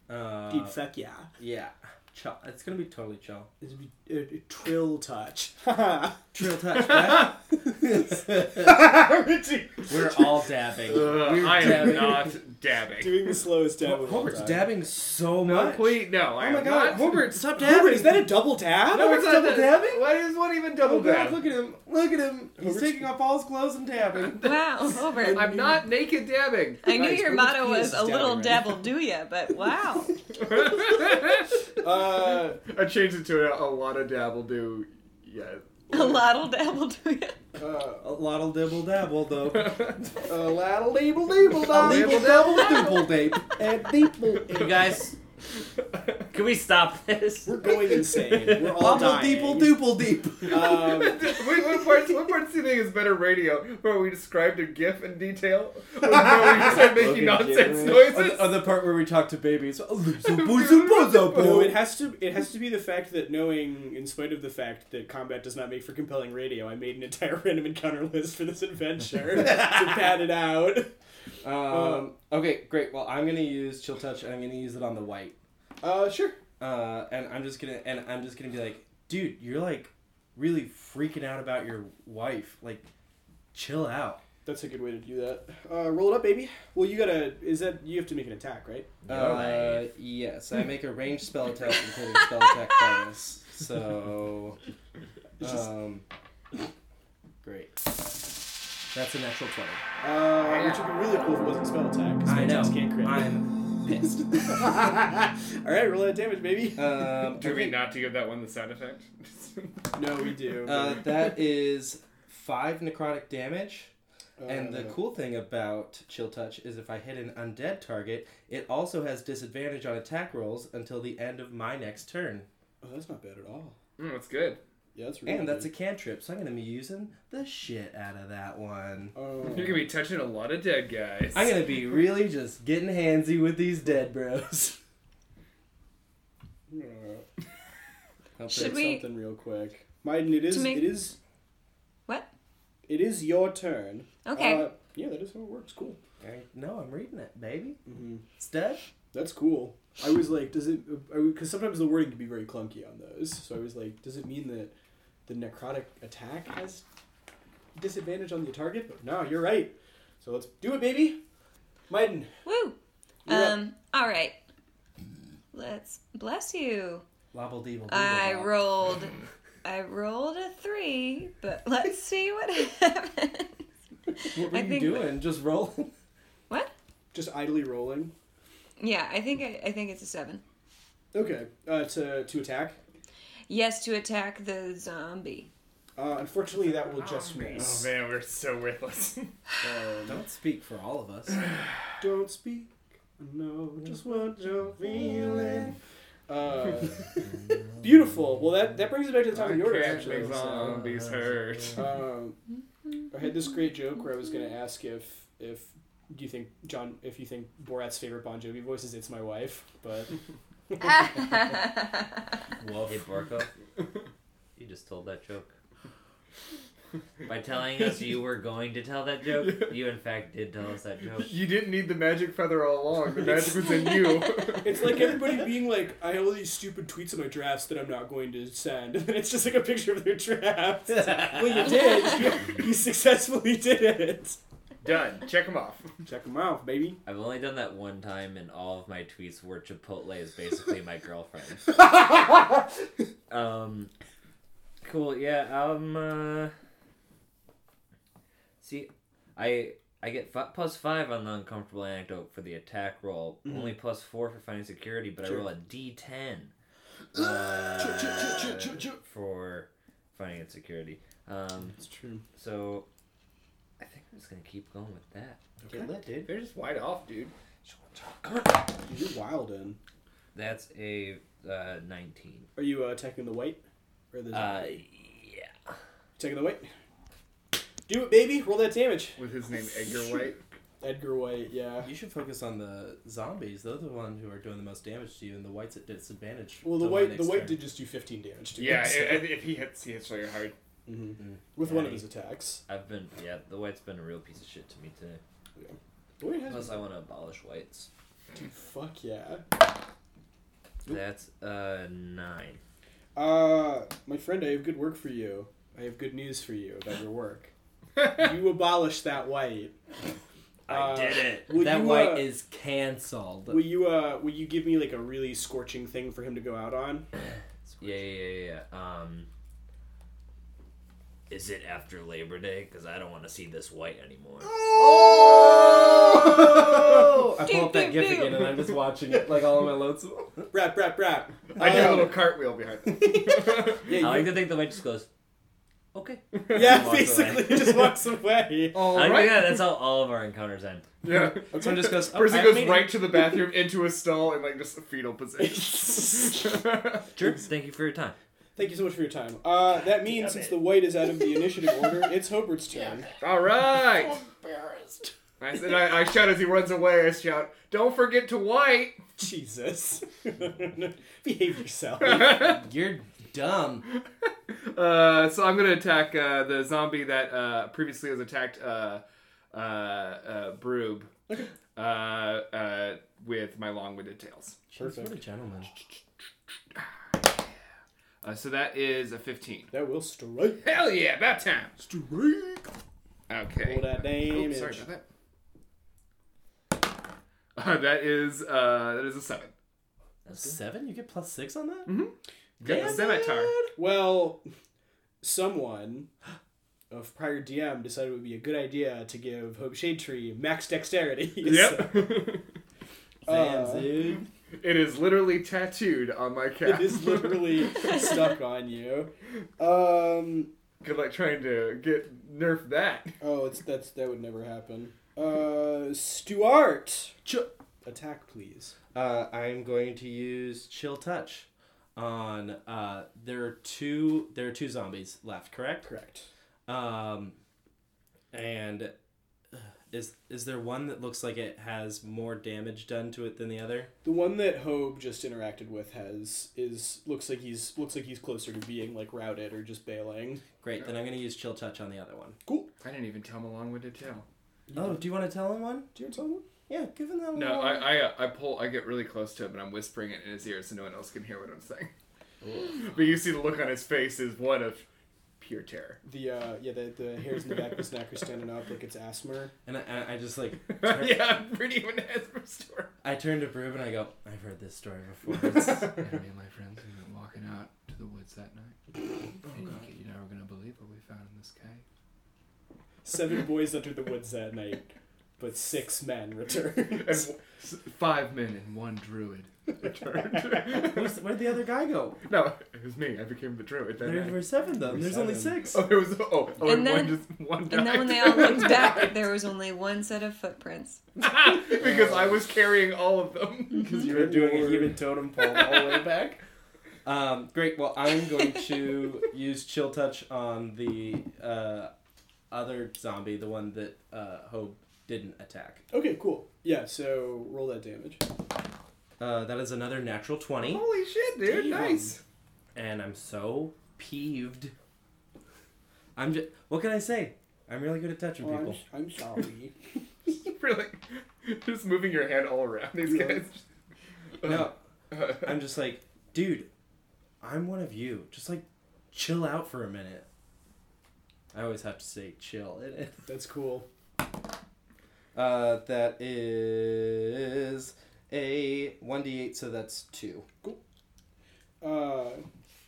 Speaker 4: Uh,
Speaker 2: Dude, fuck yeah.
Speaker 4: yeah. Chill. It's gonna be totally chill.
Speaker 2: This would be a, a trill touch. Richie.
Speaker 4: Trill Touch, right? We're all dabbing.
Speaker 3: Ugh,
Speaker 4: We're
Speaker 3: I am
Speaker 4: dabbing.
Speaker 3: not dabbing.
Speaker 2: Doing the slowest dab.
Speaker 4: Ho-
Speaker 2: of all
Speaker 4: Hobart's
Speaker 2: time.
Speaker 4: dabbing so
Speaker 3: No,
Speaker 4: much.
Speaker 3: please, no, I
Speaker 4: Oh
Speaker 3: am
Speaker 4: my god,
Speaker 3: not.
Speaker 4: Hobart, stop dabbing!
Speaker 2: Hobart, is that a double dab?
Speaker 4: No, it's double
Speaker 3: that-
Speaker 4: dabbing?
Speaker 3: Why is one even double
Speaker 4: Oh god,
Speaker 3: dab?
Speaker 4: look at him! Look at him! He's
Speaker 2: Hobart's-
Speaker 4: taking off all his clothes and dabbing.
Speaker 6: Wow, Hobart.
Speaker 3: I'm not naked dabbing.
Speaker 6: I knew
Speaker 2: Guys,
Speaker 6: your
Speaker 2: Hobart's
Speaker 6: motto
Speaker 2: penis
Speaker 6: was
Speaker 2: is
Speaker 6: a little
Speaker 2: dabbing
Speaker 6: dabble do ya, but wow.
Speaker 2: Uh,
Speaker 3: I changed it to a, a lot of dabble do. Yeah.
Speaker 6: a lottle dabble do ya.
Speaker 2: uh,
Speaker 4: A loddle dibble dabble though.
Speaker 2: a ladle label label
Speaker 4: A
Speaker 2: dab.
Speaker 4: leeple dabble dibble dape.
Speaker 2: And people.
Speaker 5: You guys, can we stop this?
Speaker 2: We're going insane. We're all
Speaker 4: Bobble
Speaker 2: dying.
Speaker 4: deeple duple deep.
Speaker 2: Um,
Speaker 3: Wait, what parts? What parts do you think is better radio? Where we described a GIF in detail, or where we just start
Speaker 2: Logan
Speaker 3: making nonsense
Speaker 2: Jerry.
Speaker 3: noises?
Speaker 4: Or the part where we talk to babies. Oh,
Speaker 2: no, it has to. It has to be the fact that knowing, in spite of the fact that combat does not make for compelling radio, I made an entire random encounter list for this adventure to pad it out.
Speaker 4: Um, okay, great. Well, I'm gonna use chill touch, and I'm gonna use it on the white.
Speaker 2: Uh, sure.
Speaker 4: Uh, and I'm just gonna and I'm just gonna be like, dude, you're like really freaking out about your wife. Like, chill out.
Speaker 2: That's a good way to do that. Uh, roll it up, baby. Well, you gotta. Is that you have to make an attack, right?
Speaker 4: Uh, yes, I make a ranged spell attack including spell attack bonus. So,
Speaker 2: It's just-
Speaker 4: um, great. That's a natural twenty.
Speaker 2: Uh, which would be really cool if it wasn't spell attack. Because
Speaker 4: I
Speaker 2: spell
Speaker 4: know.
Speaker 2: attacks can't crit.
Speaker 4: I'm pissed.
Speaker 2: All right, roll that damage, baby.
Speaker 4: Um,
Speaker 3: Do we
Speaker 4: okay.
Speaker 3: not to give that one the sound effect?
Speaker 2: no, we do.
Speaker 4: Uh, that is five necrotic damage.
Speaker 2: uh,
Speaker 4: And the cool thing about Chill Touch is if I hit an undead target, it also has disadvantage on attack rolls until the end of my next turn.
Speaker 2: oh, that's not bad at all.
Speaker 3: mm, that's good.
Speaker 2: Yeah, that's really
Speaker 4: And that's a cantrip, so I'm going to be using the shit out of that one.
Speaker 2: Uh,
Speaker 3: You're gonna be touching a lot of dead guys.
Speaker 4: I'm going to be really just getting handsy with these dead bros. Hope
Speaker 6: Should
Speaker 4: that's-
Speaker 6: we-
Speaker 2: something real quick. Maiden, it is.
Speaker 6: To make-
Speaker 2: It is.
Speaker 6: What?
Speaker 2: It is your turn.
Speaker 6: Okay.
Speaker 2: Uh, yeah, that is how it works. Cool.
Speaker 4: I- No, I'm reading it, baby.
Speaker 2: Mm-hmm.
Speaker 4: Stud?
Speaker 2: That's cool. I was like, does it? Because sometimes the wording can be very clunky on those. So I was like, does it mean that the necrotic attack has disadvantage on the target? But no, you're right. So let's do it, baby. Maiden.
Speaker 6: Woo.
Speaker 2: You're up.
Speaker 6: Um. All right. Let's bless you.
Speaker 4: Lobble deeble. deeble
Speaker 6: I
Speaker 4: lop.
Speaker 6: rolled. I rolled a three, but let's see what happens.
Speaker 4: What were
Speaker 6: I
Speaker 4: you
Speaker 6: think-
Speaker 4: doing? Just rolling?
Speaker 6: What?
Speaker 2: Just idly rolling.
Speaker 6: Yeah, I think I, I think it's a seven.
Speaker 2: Okay. Uh, to to attack.
Speaker 6: Yes, to attack the zombie.
Speaker 2: Uh, unfortunately, that will
Speaker 3: Oh,
Speaker 2: just miss. Um,
Speaker 3: man, we're so worthless.
Speaker 4: Don't speak for all of us.
Speaker 2: Don't speak. No, just what you're feeling. Uh, beautiful. Well, that, that brings it back to the top of
Speaker 3: I
Speaker 2: the order,
Speaker 3: can't
Speaker 2: actually.
Speaker 3: make zombies hurt.
Speaker 2: Um, I had this great joke where I was going to ask if if do you think John if you think Borat's favorite Bon Jovi voice is "It's My Wife," but
Speaker 5: Hey Barco, you just told that joke. By telling us you were going to tell that joke, you in fact did tell us that joke.
Speaker 7: You didn't need the magic feather all along. The magic was in you.
Speaker 2: it's like everybody being like, "I have all these stupid tweets in my drafts that I'm not going to send," and then it's just like a picture of their draft. It's like, well, you did. You, you successfully did it.
Speaker 7: Done. Check them off.
Speaker 2: Check them out, baby.
Speaker 5: I've only done that one time, and all of my tweets were Chipotle is basically my girlfriend. um, cool. Yeah. Um. Uh, see, I I get f- plus five on the uncomfortable anecdote for the attack roll. Only plus four for finding security, but I roll a D ten. uh, for finding insecurity. Um,
Speaker 2: It's true.
Speaker 5: so I think I'm just gonna keep going with that.
Speaker 4: Get lit, dude.
Speaker 3: They're just wide off, dude.
Speaker 2: You're wild, in.
Speaker 5: That's a uh, 19.
Speaker 2: Are you uh, attacking the white? Or the
Speaker 5: Uh,
Speaker 2: attacking the white? Do it, baby. Roll that damage.
Speaker 7: With his name Edgar White.
Speaker 2: Edgar White, yeah.
Speaker 4: You should focus on the zombies. They're the ones who are doing the most damage to you, and the whites at disadvantage.
Speaker 2: Well, the
Speaker 4: till my
Speaker 2: white,
Speaker 4: next
Speaker 2: the white
Speaker 4: turn.
Speaker 2: did just do 15 damage to you.
Speaker 3: Yeah,
Speaker 2: so-
Speaker 3: if, if he hits, he hits really hard.
Speaker 2: with one of
Speaker 5: Yeah.
Speaker 2: his attacks.
Speaker 5: I've been, yeah, the white's been a real piece of shit to me today.
Speaker 2: The white has
Speaker 5: Unless I want to abolish whites.
Speaker 2: fuck yeah.
Speaker 5: That's uh, 9.
Speaker 2: Uh, my friend, I have good work for you. I have good news for you about your work. you abolished that white. Uh,
Speaker 5: it!
Speaker 2: Will
Speaker 4: that
Speaker 2: you,
Speaker 4: white
Speaker 2: uh,
Speaker 4: is canceled.
Speaker 2: Will you uh will you give me like a really scorching thing for him to go out on?
Speaker 5: Yeah, yeah, yeah, yeah. Um, is it after Labor Day? Because I don't want to see this white anymore.
Speaker 4: oh! I pull up that
Speaker 6: Pew,
Speaker 4: gif
Speaker 6: pew, pew.
Speaker 4: again, and I'm just watching it like all of my loads.
Speaker 2: Rap, rap, rap.
Speaker 7: I did a
Speaker 2: Um,
Speaker 7: little cartwheel behind them.
Speaker 5: I
Speaker 2: Yeah,
Speaker 5: like
Speaker 2: you,
Speaker 5: to think the white just goes, okay.
Speaker 2: yeah
Speaker 5: walks
Speaker 2: basically,
Speaker 5: away.
Speaker 2: he just walks away.
Speaker 7: All
Speaker 5: I
Speaker 7: right.
Speaker 5: think that, that's how all of our encounters end.
Speaker 7: Yeah.
Speaker 4: Someone just goes. Oh,
Speaker 7: Person
Speaker 4: I
Speaker 7: goes
Speaker 4: made it."
Speaker 7: right to the bathroom, into a stall, and like just a fetal position.
Speaker 5: Sure. Thank you for your time.
Speaker 2: Thank you so much for your time. Uh, that means since the white is out of the initiative order, it's Hobart's turn.
Speaker 7: All right. I said, I, I shout as he runs away. I shout, "Don't forget to white."
Speaker 2: Jesus, behave yourself.
Speaker 4: You're dumb.
Speaker 7: Uh, so I'm gonna attack uh, the zombie that uh, previously has attacked uh, uh, uh, Broob uh, uh, with my long-winded tails.
Speaker 4: Jeez, what a gentleman.
Speaker 7: Uh, so that is a 15.
Speaker 2: That will strike.
Speaker 7: Hell yeah! About time.
Speaker 2: Strike.
Speaker 7: Okay.
Speaker 2: Roll that
Speaker 7: Oops, sorry
Speaker 2: damage.
Speaker 7: about that. Uh, that is uh, that is a seven. Mm-hmm.
Speaker 4: Seven? You get plus six on that?
Speaker 7: Got the
Speaker 4: Damn
Speaker 7: scimitar.
Speaker 2: Well, someone of prior DM decided it would be a good idea to give Hope Shade Tree max dexterity.
Speaker 3: Yep.
Speaker 2: So, uh,
Speaker 4: dude.
Speaker 3: it is literally tattooed on my
Speaker 2: it
Speaker 3: calf.
Speaker 2: is literally stuck on you. Um,
Speaker 3: Good luck trying to get nerf that.
Speaker 2: oh, it's that's that would never happen. Uh, Stuart, Ch- attack please.
Speaker 4: Uh, I'm going to use Chill Touch on. Uh, there are two. There are two zombies left. Correct.
Speaker 2: Correct.
Speaker 4: Um, and uh, is is there one that looks like it has more damage done to it than the other?
Speaker 2: The one that Hobe just interacted with has is looks like he's looks like he's closer to being like routed or just bailing.
Speaker 4: Great. Then I'm going to use Chill Touch on the other one.
Speaker 3: I didn't even tell him a long way to tell.
Speaker 4: Oh, do you want to tell him one?
Speaker 2: Do you want to tell him?
Speaker 4: Yeah, give him that one.
Speaker 3: No, I, I, uh, I pull, I get really close to him and I'm whispering it in his ear so no one else can hear what I'm saying. but you see the look on his face is one of pure terror.
Speaker 2: The uh, yeah, the, the hairs in the back of his neck are standing up like it's asthma.
Speaker 4: And I- and I, I just like. turn-
Speaker 3: yeah, I'm pretty even as for story.
Speaker 4: I turn to Broob and I go, I've heard this story before. It's-
Speaker 3: and me and my friends we went walking out to the woods that night. and you, you never gonna believe what we found in this cave.
Speaker 2: Seven boys entered the woods that night, but six men returned.
Speaker 3: And w- s- five men and one druid returned.
Speaker 4: Where's- where'd the other guy go?
Speaker 3: no, it was me. I became the druid. That
Speaker 4: There
Speaker 3: night.
Speaker 4: were seven of them. There's only
Speaker 2: Seven.
Speaker 4: six.
Speaker 3: Oh, there was oh, oh and, one
Speaker 6: And then-
Speaker 3: just one died.
Speaker 6: And then when they all looked back, there was only one set of footprints.
Speaker 3: because I was carrying all of them.
Speaker 6: Mm-hmm.
Speaker 4: Because you were doing a human totem pole all the way back. Um, great. Well, I'm going to use chill touch on the uh, other zombie, the one that uh, Hope didn't attack.
Speaker 2: okay, cool. Yeah, so roll that damage.
Speaker 4: Uh, that is another natural twenty,
Speaker 3: Holy shit, dude! Nice.
Speaker 4: and I'm so peeved. I'm just. What can I say? I'm really good at touching
Speaker 2: Oh, I'm,
Speaker 4: people.
Speaker 2: I'm sorry.
Speaker 3: really, just moving your hand all around these
Speaker 2: Yeah.
Speaker 3: guys. Uh,
Speaker 4: No, I'm just like, dude. I'm one of you. Just like, chill out for a minute. I always have to say chill in it.
Speaker 2: That's cool.
Speaker 4: Uh, that is a 1d8, so that's 2.
Speaker 2: Uh,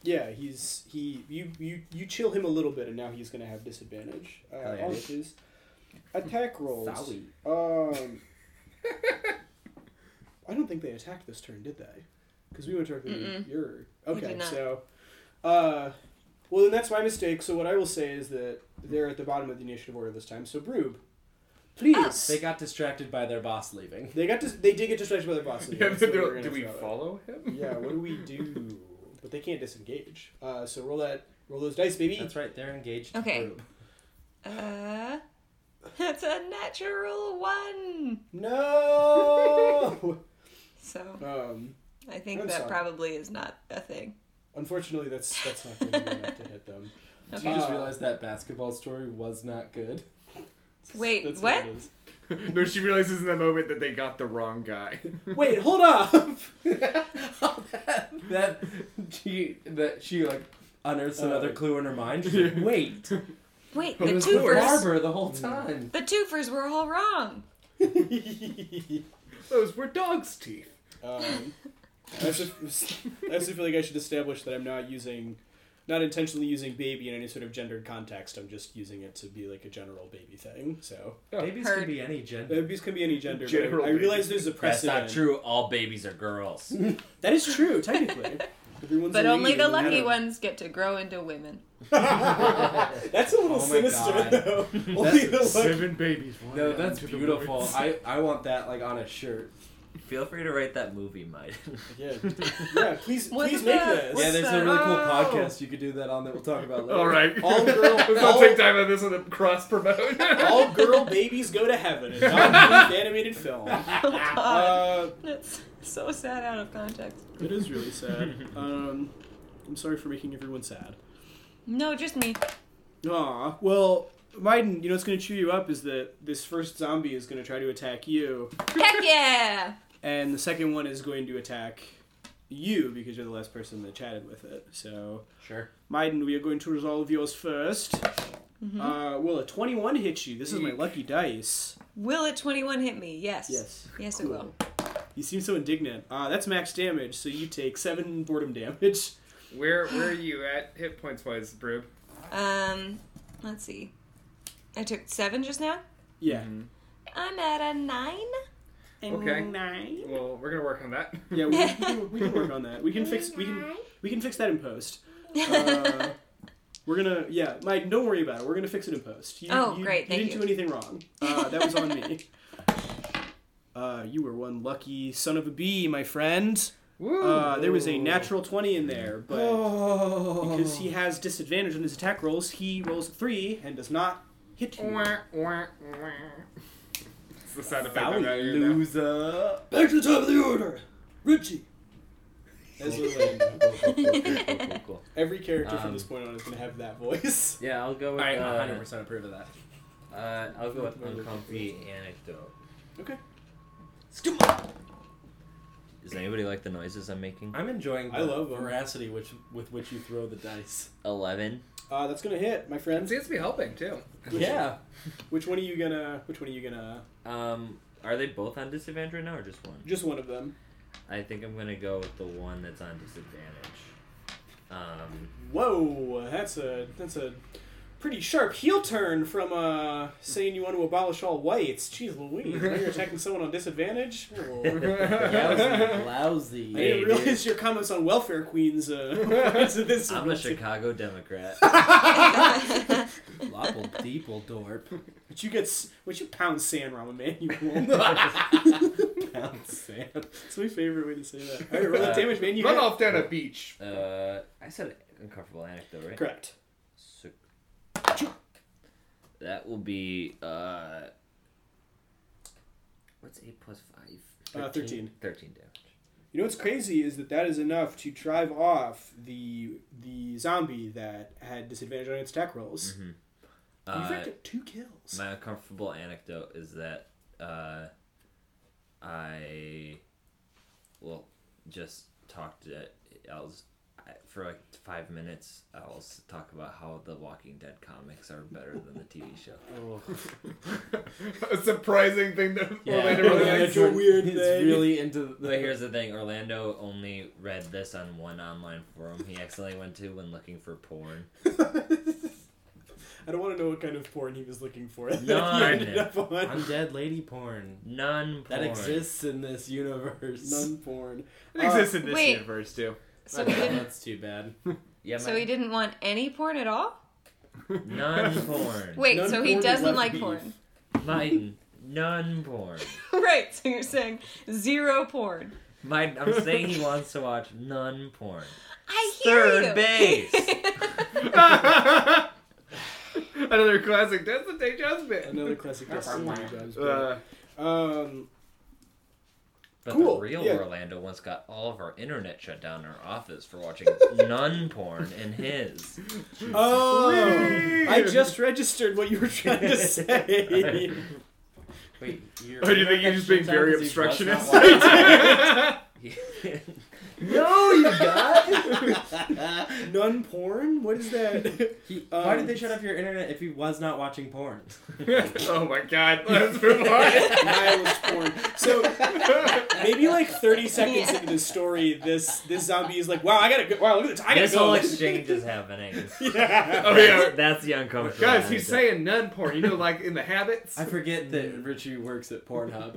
Speaker 2: yeah, he's he you you you chill him a little bit, and now he's gonna have disadvantage uh,
Speaker 4: Hell yeah,
Speaker 2: on
Speaker 4: dude.
Speaker 2: his attack rolls. Um, I don't think they attacked this turn, did they? Because we went directly to
Speaker 6: Mm-mm.
Speaker 2: your.
Speaker 6: We
Speaker 2: Okay,
Speaker 6: did not.
Speaker 2: so. Uh, well, then that's my mistake. So, what I will say is that they're at the bottom of the initiative order this time. So, Broob, please.
Speaker 4: They got distracted by their boss leaving.
Speaker 2: They got dis- they did get distracted by their boss.
Speaker 3: Yeah,
Speaker 2: that's
Speaker 3: they're
Speaker 2: what we're
Speaker 3: like,
Speaker 2: gonna
Speaker 3: do we
Speaker 2: throw out.
Speaker 3: follow him?
Speaker 2: Yeah, what do we do? But they can't disengage. Uh, so roll that, roll those dice, baby.
Speaker 4: That's right, they're engaged.
Speaker 6: Okay.
Speaker 4: group.
Speaker 6: Uh, that's a natural one.
Speaker 2: No.
Speaker 6: So
Speaker 2: um,
Speaker 6: I think
Speaker 2: I'm
Speaker 6: that
Speaker 2: sorry.
Speaker 6: probably is not a thing.
Speaker 2: unfortunately, that's that's not going to be enough to hit them.
Speaker 4: Did you just
Speaker 2: Uh,
Speaker 4: realize that basketball story was not good?
Speaker 6: Wait,
Speaker 2: That's
Speaker 6: what?
Speaker 2: it is.
Speaker 3: no, she realizes in that moment that they got the wrong guy.
Speaker 2: Wait, hold up.
Speaker 4: that, that, she, that she, like, unearths another
Speaker 2: Oh.
Speaker 4: clue in her mind. She's like, wait,
Speaker 6: Wait,
Speaker 4: it
Speaker 6: the
Speaker 4: was the
Speaker 6: twofers.
Speaker 4: barber the whole time.
Speaker 6: The twofers were all wrong.
Speaker 3: Those were dog's teeth.
Speaker 2: Um, I, also, I also feel like I should establish that I'm not using, not intentionally using baby in any sort of gendered context. I'm just using it to be like a general baby thing. So
Speaker 4: Babies
Speaker 6: Heard.
Speaker 4: can be any gender.
Speaker 2: babies can be any gender.
Speaker 3: General
Speaker 2: but I, I
Speaker 3: baby.
Speaker 2: realize there's a
Speaker 5: That's
Speaker 2: precedent.
Speaker 5: not true. All babies are girls.
Speaker 2: That is true, technically. Everyone's
Speaker 6: But
Speaker 2: a
Speaker 6: only
Speaker 2: lady
Speaker 6: the
Speaker 2: and a
Speaker 6: lucky
Speaker 2: man.
Speaker 6: ones get to grow into women.
Speaker 2: That's a little
Speaker 4: Oh my
Speaker 2: sinister,
Speaker 4: God.
Speaker 2: though. only the lucky.
Speaker 3: Seven babies. One
Speaker 4: No,
Speaker 3: down
Speaker 4: that's
Speaker 3: to the
Speaker 4: beautiful.
Speaker 3: woods.
Speaker 4: I, I want that, like, on a shirt.
Speaker 5: Feel free to write that movie, Mike.
Speaker 2: Yeah, yeah. Please,
Speaker 6: What's
Speaker 2: please make
Speaker 6: that?
Speaker 2: this.
Speaker 6: What's
Speaker 4: yeah, there's
Speaker 6: that?
Speaker 4: a really cool
Speaker 3: Oh.
Speaker 4: podcast you could do that on that we'll talk about later.
Speaker 3: All right.
Speaker 2: All girl-
Speaker 3: Let's not
Speaker 2: all-
Speaker 3: take time on this one to cross promote.
Speaker 2: All girl babies go to heaven. A John Hughes animated film.
Speaker 6: Oh God,
Speaker 2: Uh,
Speaker 6: that's so sad out of context.
Speaker 2: It is really sad. Um, I'm sorry for making everyone sad.
Speaker 6: No, just me.
Speaker 2: Aw. Well, Maiden, you know what's going to cheer you up is that this first zombie is going to try to attack you,
Speaker 6: Heck yeah!
Speaker 2: and the second one is going to attack you because you're the last person that chatted with it. So,
Speaker 4: Sure.
Speaker 2: Maiden, we are going to resolve yours 1st Uh, will a 21 hit you? This is my lucky dice.
Speaker 6: Will at 21 hit me? Yes.
Speaker 2: Yes.
Speaker 6: Yes, it
Speaker 2: Cool.
Speaker 6: will.
Speaker 2: You seem so indignant. Uh, that's max damage, so you take seven boredom damage.
Speaker 3: Where where are you at hit points wise, Broob?
Speaker 6: Um, Let's see. I took seven just now.
Speaker 2: Yeah.
Speaker 6: I'm at a nine.
Speaker 3: Okay.
Speaker 2: Nine.
Speaker 3: Well, we're gonna work on that.
Speaker 2: Yeah, we, we, can, we can work on that. We can fix we can we can fix that in post. Uh, we're gonna yeah, Mike. Don't worry about it. We're gonna fix it in post. You,
Speaker 6: Oh, great,
Speaker 2: You
Speaker 6: thank
Speaker 2: didn't
Speaker 6: you.
Speaker 2: do anything wrong. Uh, that was on me. Uh, you were one lucky son of a bee, my friend.
Speaker 3: Woo.
Speaker 2: Uh, there was a natural twenty in there, but
Speaker 4: Oh.
Speaker 2: because he has disadvantage on his attack rolls, he rolls a three and does not hit you.
Speaker 3: Wah, wah, wah. It's the sound effect I'm
Speaker 2: Foul
Speaker 3: out here now.
Speaker 2: Uh,
Speaker 4: Loser. Back to the top of the order. Richie.
Speaker 2: That's
Speaker 5: Cool,
Speaker 2: what
Speaker 5: cool,
Speaker 2: like,
Speaker 5: cool, cool, cool, cool, cool, cool.
Speaker 2: every character from
Speaker 5: Um,
Speaker 2: this point on is gonna have that voice.
Speaker 5: Yeah, I'll go with
Speaker 4: I
Speaker 5: uh,
Speaker 4: 100% approve of that.
Speaker 5: uh, I'll go with uncomfy anecdote.
Speaker 2: Okay.
Speaker 5: Does anybody like the noises I'm making?
Speaker 4: I'm enjoying the
Speaker 2: I love them.
Speaker 4: veracity which, with which you throw the dice.
Speaker 5: Eleven.
Speaker 2: Uh, that's gonna hit, my
Speaker 3: It
Speaker 2: friend.
Speaker 3: seems to be helping too.
Speaker 4: Yeah.
Speaker 2: Which one are you gonna? Which one are you gonna?
Speaker 5: Um, are they both on disadvantage right now, or just one?
Speaker 2: Just one of them.
Speaker 5: I think I'm gonna go with the one that's on disadvantage. Um,
Speaker 2: Whoa, that's a that's a pretty sharp heel turn from uh, saying you want to abolish all whites. Jeez Louise, now you're attacking someone on disadvantage.
Speaker 5: Oh,
Speaker 2: Whoa.
Speaker 4: Lousy. Lousy.
Speaker 2: I
Speaker 5: Hey,
Speaker 2: didn't realize your comments on welfare queens. Uh, went to this
Speaker 5: I'm a
Speaker 2: one.
Speaker 5: Chicago Democrat.
Speaker 4: Lopple deeple dorp.
Speaker 2: But you get s- but you pound sand ramen man. You won't.
Speaker 4: Pound sand.
Speaker 2: It's my favorite way to say that. All right, roll that
Speaker 5: Uh,
Speaker 2: damage, man. You
Speaker 3: Run
Speaker 2: hit.
Speaker 3: off down a beach.
Speaker 5: uh, I said uncomfortable anecdote, right?
Speaker 2: Correct.
Speaker 5: So, that will be uh, what's eight plus five?
Speaker 2: Uh, Thirteen.
Speaker 5: Thirteen damage.
Speaker 2: You know what's crazy is that that is enough to drive off the the zombie that had disadvantage on its attack rolls. You
Speaker 5: Uh,
Speaker 2: fact got two kills.
Speaker 5: my uncomfortable anecdote is that uh, I well just talked to I was I- for like five minutes. I'll s- talk about how the Walking Dead comics are better than the TV show.
Speaker 3: a surprising thing that
Speaker 4: Yeah.
Speaker 3: Orlando really
Speaker 2: Yeah,
Speaker 3: likes.
Speaker 2: it's a weird
Speaker 4: He's
Speaker 2: thing.
Speaker 4: really into the.
Speaker 5: But here's the thing: Orlando only read this on one online forum he accidentally went to when looking for porn.
Speaker 2: I don't want to know what kind of porn he was looking for. that he
Speaker 5: None.
Speaker 2: ended up on.
Speaker 4: Undead lady porn.
Speaker 5: None
Speaker 4: That
Speaker 5: porn.
Speaker 4: exists in this universe.
Speaker 2: None porn.
Speaker 3: It exists in this
Speaker 6: Wait.
Speaker 3: universe too.
Speaker 6: So we
Speaker 4: Okay,
Speaker 6: didn't.
Speaker 4: that's too bad.
Speaker 5: Yeah,
Speaker 6: So he didn't want any porn at all.
Speaker 5: none porn.
Speaker 6: Wait,
Speaker 2: None
Speaker 6: so
Speaker 2: porn
Speaker 6: he
Speaker 2: is
Speaker 6: doesn't
Speaker 2: left
Speaker 6: like
Speaker 2: beef.
Speaker 6: porn.
Speaker 5: Mine, none porn.
Speaker 6: right. So you're saying zero porn.
Speaker 5: Mine, I'm saying he wants to watch none porn.
Speaker 6: I hear
Speaker 5: Third
Speaker 6: you.
Speaker 5: base.
Speaker 3: Another classic. That's the day jazz bit.
Speaker 2: Uh, Another classic Destiny jobs.
Speaker 3: Uh,
Speaker 2: um,
Speaker 5: But
Speaker 2: Cool,
Speaker 5: the real
Speaker 2: yeah.
Speaker 5: Orlando once got all of our internet shut down in our office for watching nun porn in his.
Speaker 2: oh, I just registered what you were trying to say.
Speaker 4: Wait, you're.
Speaker 3: Oh, do you think you're just being very obstructionist?
Speaker 4: no, you got.
Speaker 2: None porn? What is that?
Speaker 4: He,
Speaker 2: Um,
Speaker 4: why did they shut off your internet if he was not watching porn?
Speaker 3: oh my god. Let's move on.
Speaker 2: Nihilist porn. So maybe like 30 seconds into the story, this this zombie is like, wow, I gotta go. Wow, look at this. I gotta
Speaker 5: This
Speaker 2: go.
Speaker 5: whole exchange is happening.
Speaker 2: yeah.
Speaker 3: Oh yeah.
Speaker 5: That's the uncomfortable.
Speaker 3: Guys, he's
Speaker 5: anecdote.
Speaker 3: saying nun porn. You know, like in the habits.
Speaker 4: I forget
Speaker 2: Mm.
Speaker 4: that Richie works at Pornhub.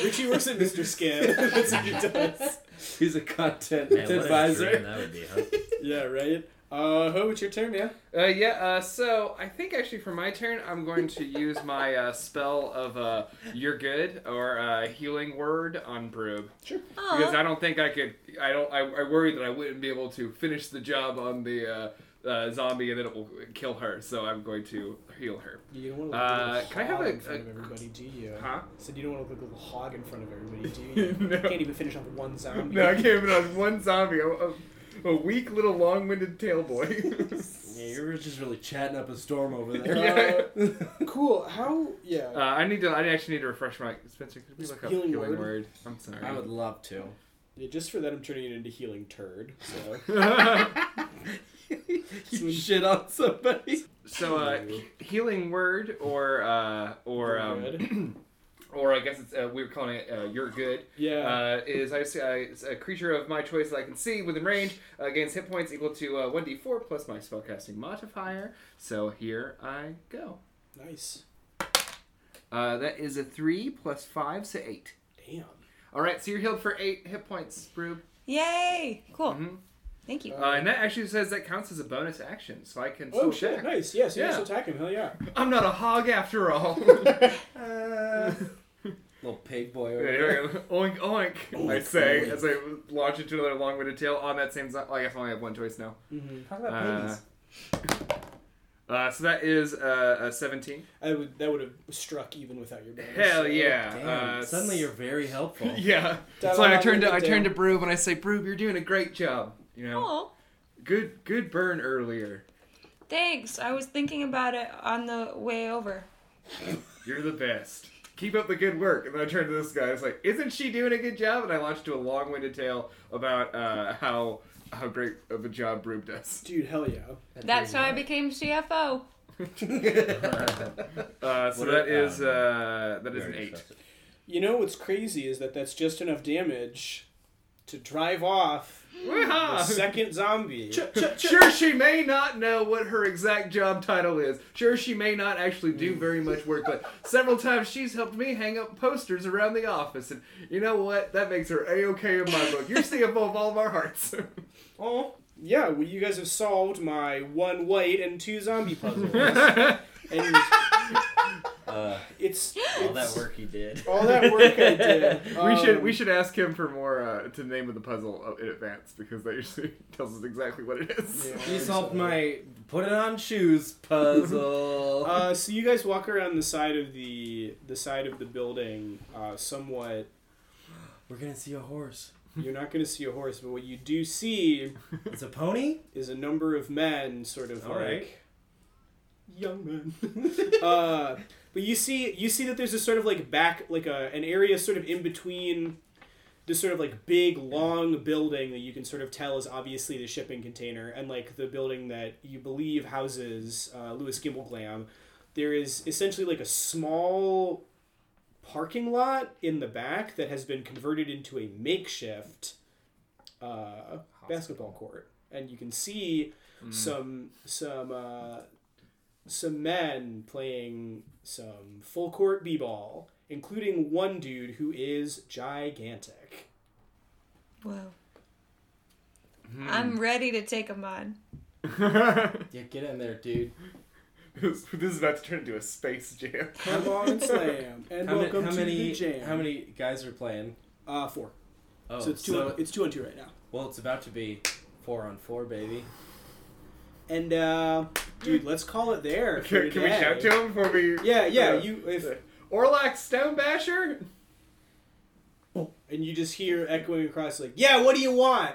Speaker 2: Richie, Richie works at Mr. Skin. That's what he does.
Speaker 4: He's a content
Speaker 5: Man, what a dream
Speaker 4: advisor.
Speaker 5: that would be, huh?
Speaker 2: Yeah, right? Uh, Ho, it's your turn, man.
Speaker 3: Uh, yeah, uh, so I think actually for my turn, I'm going to use my uh, spell of uh, You're Good or uh, Healing Word on Broob.
Speaker 6: Aw.
Speaker 3: Because I don't think I could. I don't. I, I worry that I wouldn't be able to finish the job on the uh, uh, zombie and then it will kill her, so I'm going to heal her.
Speaker 2: You don't want
Speaker 3: to look Uh, like a can I have hog a- in front of
Speaker 2: everybody, do you?
Speaker 3: Huh?
Speaker 2: Said you don't want to look like a hog in front of everybody, do
Speaker 3: you? No. Can't
Speaker 2: even finish off one zombie.
Speaker 3: No, I came in on one zombie. A, a, a weak little long winded tail boy.
Speaker 4: Yeah, you were just really chatting up a storm over there.
Speaker 3: Yeah.
Speaker 2: cool. How?
Speaker 3: uh,
Speaker 2: Yeah.
Speaker 3: I need to. I actually need to refresh my. Spencer, could we look up
Speaker 2: Healing
Speaker 3: Healing,
Speaker 2: Word?
Speaker 3: word? I'm sorry.
Speaker 4: I would love to.
Speaker 2: yeah. Just for that, I'm turning it into healing turd. So.
Speaker 4: You shit on somebody.
Speaker 3: So, uh, healing word uh, or uh, or um,
Speaker 2: Good.
Speaker 3: or I guess it's uh, we were calling it uh, "You're Good."
Speaker 2: Yeah.
Speaker 3: uh, is I, I it's a creature of my choice that I can see within range uh, gains hit points equal to uh, 1d4 plus my spellcasting modifier. So here I go.
Speaker 2: Nice.
Speaker 3: Uh, that is a three plus five, so eight.
Speaker 2: Damn.
Speaker 3: All right, so you're healed for eight hit points, Rube.
Speaker 6: Yay! Cool.
Speaker 3: Mhm.
Speaker 6: Thank you.
Speaker 3: Uh, and that actually says that counts as a bonus action, so I can.
Speaker 2: Oh
Speaker 3: still
Speaker 2: shit!
Speaker 3: attack.
Speaker 2: Nice. Yes. Yeah,
Speaker 3: Yeah.
Speaker 2: so you can still attack him. Hell yeah.
Speaker 3: I'm not a hog after all.
Speaker 2: Uh,
Speaker 4: Little pig boy over there.
Speaker 3: Anyway, oink oink, I say as I launch into another long-winded tail on that same. zo- oh, I guess I only have one choice now.
Speaker 4: Talk about
Speaker 3: Uh,
Speaker 4: pigs.
Speaker 3: Uh, so that is uh, a 17.
Speaker 2: I would. That would have struck even without your. bonus.
Speaker 3: Hell yeah!
Speaker 4: oh, Damn,
Speaker 3: Uh,
Speaker 4: suddenly you're very helpful.
Speaker 3: Yeah.
Speaker 2: Down
Speaker 3: So I
Speaker 2: on
Speaker 3: turn to
Speaker 2: the
Speaker 3: I turn to
Speaker 2: down.
Speaker 3: Broob and I say, Broob, you're doing a great job. You know,
Speaker 6: Cool.
Speaker 3: good good burn earlier.
Speaker 6: Thanks. I was thinking about it on the way over.
Speaker 3: You're the best. Keep up the good work. And then I turn to this guy. I was like, isn't she doing a good job? And I launched to a long-winded tale about uh, how how great of a job Broob does.
Speaker 2: Dude, hell yeah.
Speaker 6: That's how I became CFO.
Speaker 3: Uh, so
Speaker 5: What
Speaker 3: that
Speaker 5: a-
Speaker 3: is
Speaker 5: um,
Speaker 3: uh, that is an
Speaker 5: Very
Speaker 3: eight.
Speaker 5: impressive.
Speaker 2: You know what's crazy is that that's just enough damage to drive off the
Speaker 3: Woo-ha!
Speaker 2: second zombie.
Speaker 3: Sure, she may not know what her exact job title is. Sure, she may not actually do
Speaker 5: Mm.
Speaker 3: very much work, but several times she's helped me hang up posters around the office, and you know what? That makes her a okay in my book. You're CFO of all of our hearts.
Speaker 2: Oh, yeah. Well, you guys have solved my one white and two zombie puzzle. and
Speaker 5: Uh,
Speaker 2: it's,
Speaker 5: all that
Speaker 2: it's-
Speaker 5: work you did.
Speaker 2: all that work I did.
Speaker 3: we should
Speaker 2: um,
Speaker 3: we should ask him for more uh, to name of the puzzle uh, in advance because that usually tells us exactly what it is.
Speaker 2: yeah,
Speaker 4: You
Speaker 2: I'm
Speaker 4: solved
Speaker 2: sorry.
Speaker 4: my put it on shoes puzzle.
Speaker 2: Uh, so you guys walk around the side of the the side of the building, uh, somewhat.
Speaker 4: We're gonna see a horse.
Speaker 2: You're not going to see a horse, but what you do see
Speaker 4: It's a pony.
Speaker 2: is a number of men, sort of
Speaker 4: All
Speaker 2: like
Speaker 4: right.
Speaker 2: young men. uh, but you see, you see that there's a sort of like back, like a an area sort of in between this sort of like big long building that you can sort of tell is obviously the shipping container and like the building that you believe houses uh, Lewis Gimble Glam. There is essentially like a small parking lot in the back that has been converted into a makeshift uh, basketball court, and you can see some some uh, some men playing some full court b ball, including one dude who is gigantic.
Speaker 6: Whoa. I'm ready to take him on.
Speaker 4: Yeah, get in there, dude.
Speaker 3: this this is about to turn into a space jam.
Speaker 2: Come on and slam, and
Speaker 4: How, ma-
Speaker 2: welcome
Speaker 4: how
Speaker 2: to
Speaker 4: many?
Speaker 2: the jam.
Speaker 4: How many guys are playing?
Speaker 2: Uh, four.
Speaker 4: Oh,
Speaker 2: so it's two. on, it's two on two right now.
Speaker 4: well, it's about to be four on four, baby.
Speaker 2: And uh, dude, let's call it there. for
Speaker 3: Can, can we
Speaker 2: today.
Speaker 3: shout to him before we?
Speaker 2: Yeah, yeah. You if
Speaker 3: Orlac Stonebasher.
Speaker 2: and you just hear echoing across like, yeah, what do you want?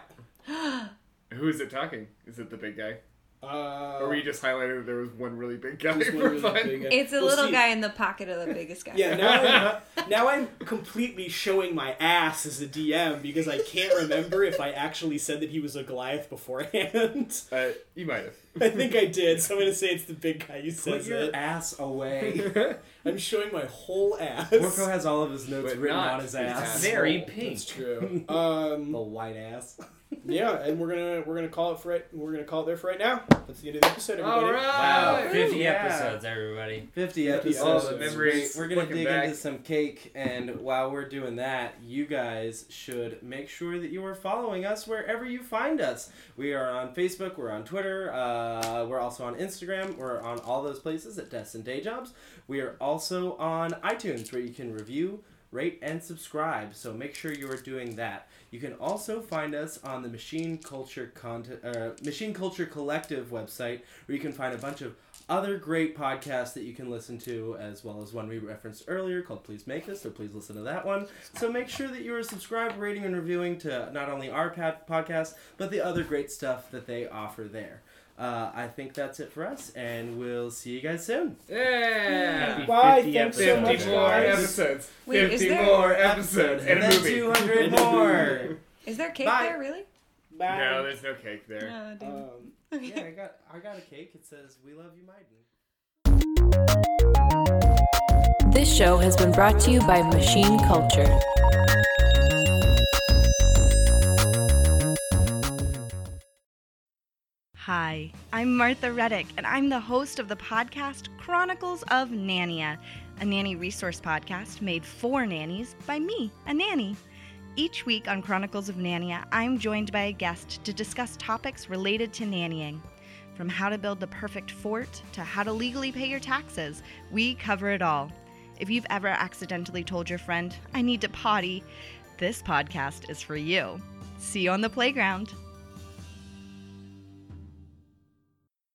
Speaker 3: Who is it talking? Is it the big guy?
Speaker 2: Uh,
Speaker 3: Or were you just highlighting that there was one really big guy
Speaker 2: Just one
Speaker 3: for
Speaker 2: really
Speaker 3: fun?
Speaker 2: big guy.
Speaker 6: It's a
Speaker 2: We'll
Speaker 6: little
Speaker 2: see.
Speaker 6: guy in the pocket of the biggest guy.
Speaker 2: Yeah, now I'm, now I'm completely showing my ass as a DM because I can't remember if I actually said that he was a Goliath beforehand.
Speaker 3: Uh, you might have.
Speaker 2: I think I did, so I'm gonna say it's the big guy who
Speaker 4: Put
Speaker 2: says
Speaker 4: your
Speaker 2: it.
Speaker 4: ass away.
Speaker 2: I'm showing my whole ass.
Speaker 4: Orko has all of his notes
Speaker 3: But
Speaker 4: written
Speaker 3: not
Speaker 4: on his
Speaker 3: his
Speaker 4: ass.
Speaker 3: ass.
Speaker 5: Very pink.
Speaker 2: That's true. Um,
Speaker 4: The white ass.
Speaker 2: yeah, and we're gonna we're gonna call it for it. We're gonna call it there for right now. That's the end of the episode, everybody.
Speaker 3: All right.
Speaker 5: Wow,
Speaker 3: Ooh,
Speaker 5: 50
Speaker 4: yeah.
Speaker 5: episodes, everybody.
Speaker 4: Fifty
Speaker 3: All
Speaker 4: episodes.
Speaker 3: the
Speaker 2: episodes.
Speaker 3: memories.
Speaker 4: We're gonna
Speaker 3: looking
Speaker 4: dig
Speaker 3: back.
Speaker 4: into some cake, and while we're doing that, you guys should make sure that you are following us wherever you find us. We are on Facebook, we're on Twitter, uh, we're also on Instagram, we're on all those places at Destin Day Jobs. We are also on iTunes, where you can review, rate, and subscribe. So make sure you are doing that. You can also find us on the Machine Culture content, uh, Machine Culture Collective website, where you can find a bunch of other great podcasts that you can listen to, as well as one we referenced earlier called Please Make This, so please listen to that one. So make sure that you are subscribed, rating, and reviewing to not only our pad- podcast, but the other great stuff that they offer there. Uh, I think that's it for us, and we'll see you guys soon.
Speaker 3: Yeah.
Speaker 2: Bye.
Speaker 5: 50
Speaker 2: Thanks so
Speaker 5: episodes.
Speaker 2: much,
Speaker 3: 50 more
Speaker 2: guys.
Speaker 3: episodes.
Speaker 6: Wait, is
Speaker 3: 50
Speaker 6: there-
Speaker 3: more episodes. And a
Speaker 4: then
Speaker 3: movie.
Speaker 4: 200 more!
Speaker 6: Is there cake
Speaker 4: Bye.
Speaker 6: there, really?
Speaker 2: Bye.
Speaker 3: No, there's no cake there.
Speaker 6: No, dude.
Speaker 2: Um,
Speaker 4: yeah, I got, I got a cake. It says, We love you, Maiden.
Speaker 8: This show has been brought to you by Machine Culture.
Speaker 9: Hi, I'm Martha Reddick, and I'm the host of the podcast Chronicles of Nania, a nanny resource podcast made for nannies by me, a nanny. Each week on Chronicles of Nania, I'm joined by a guest to discuss topics related to nannying. From how to build the perfect fort to how to legally pay your taxes, we cover it all. If you've ever accidentally told your friend, I need to potty, this podcast is for you. See you on the playground.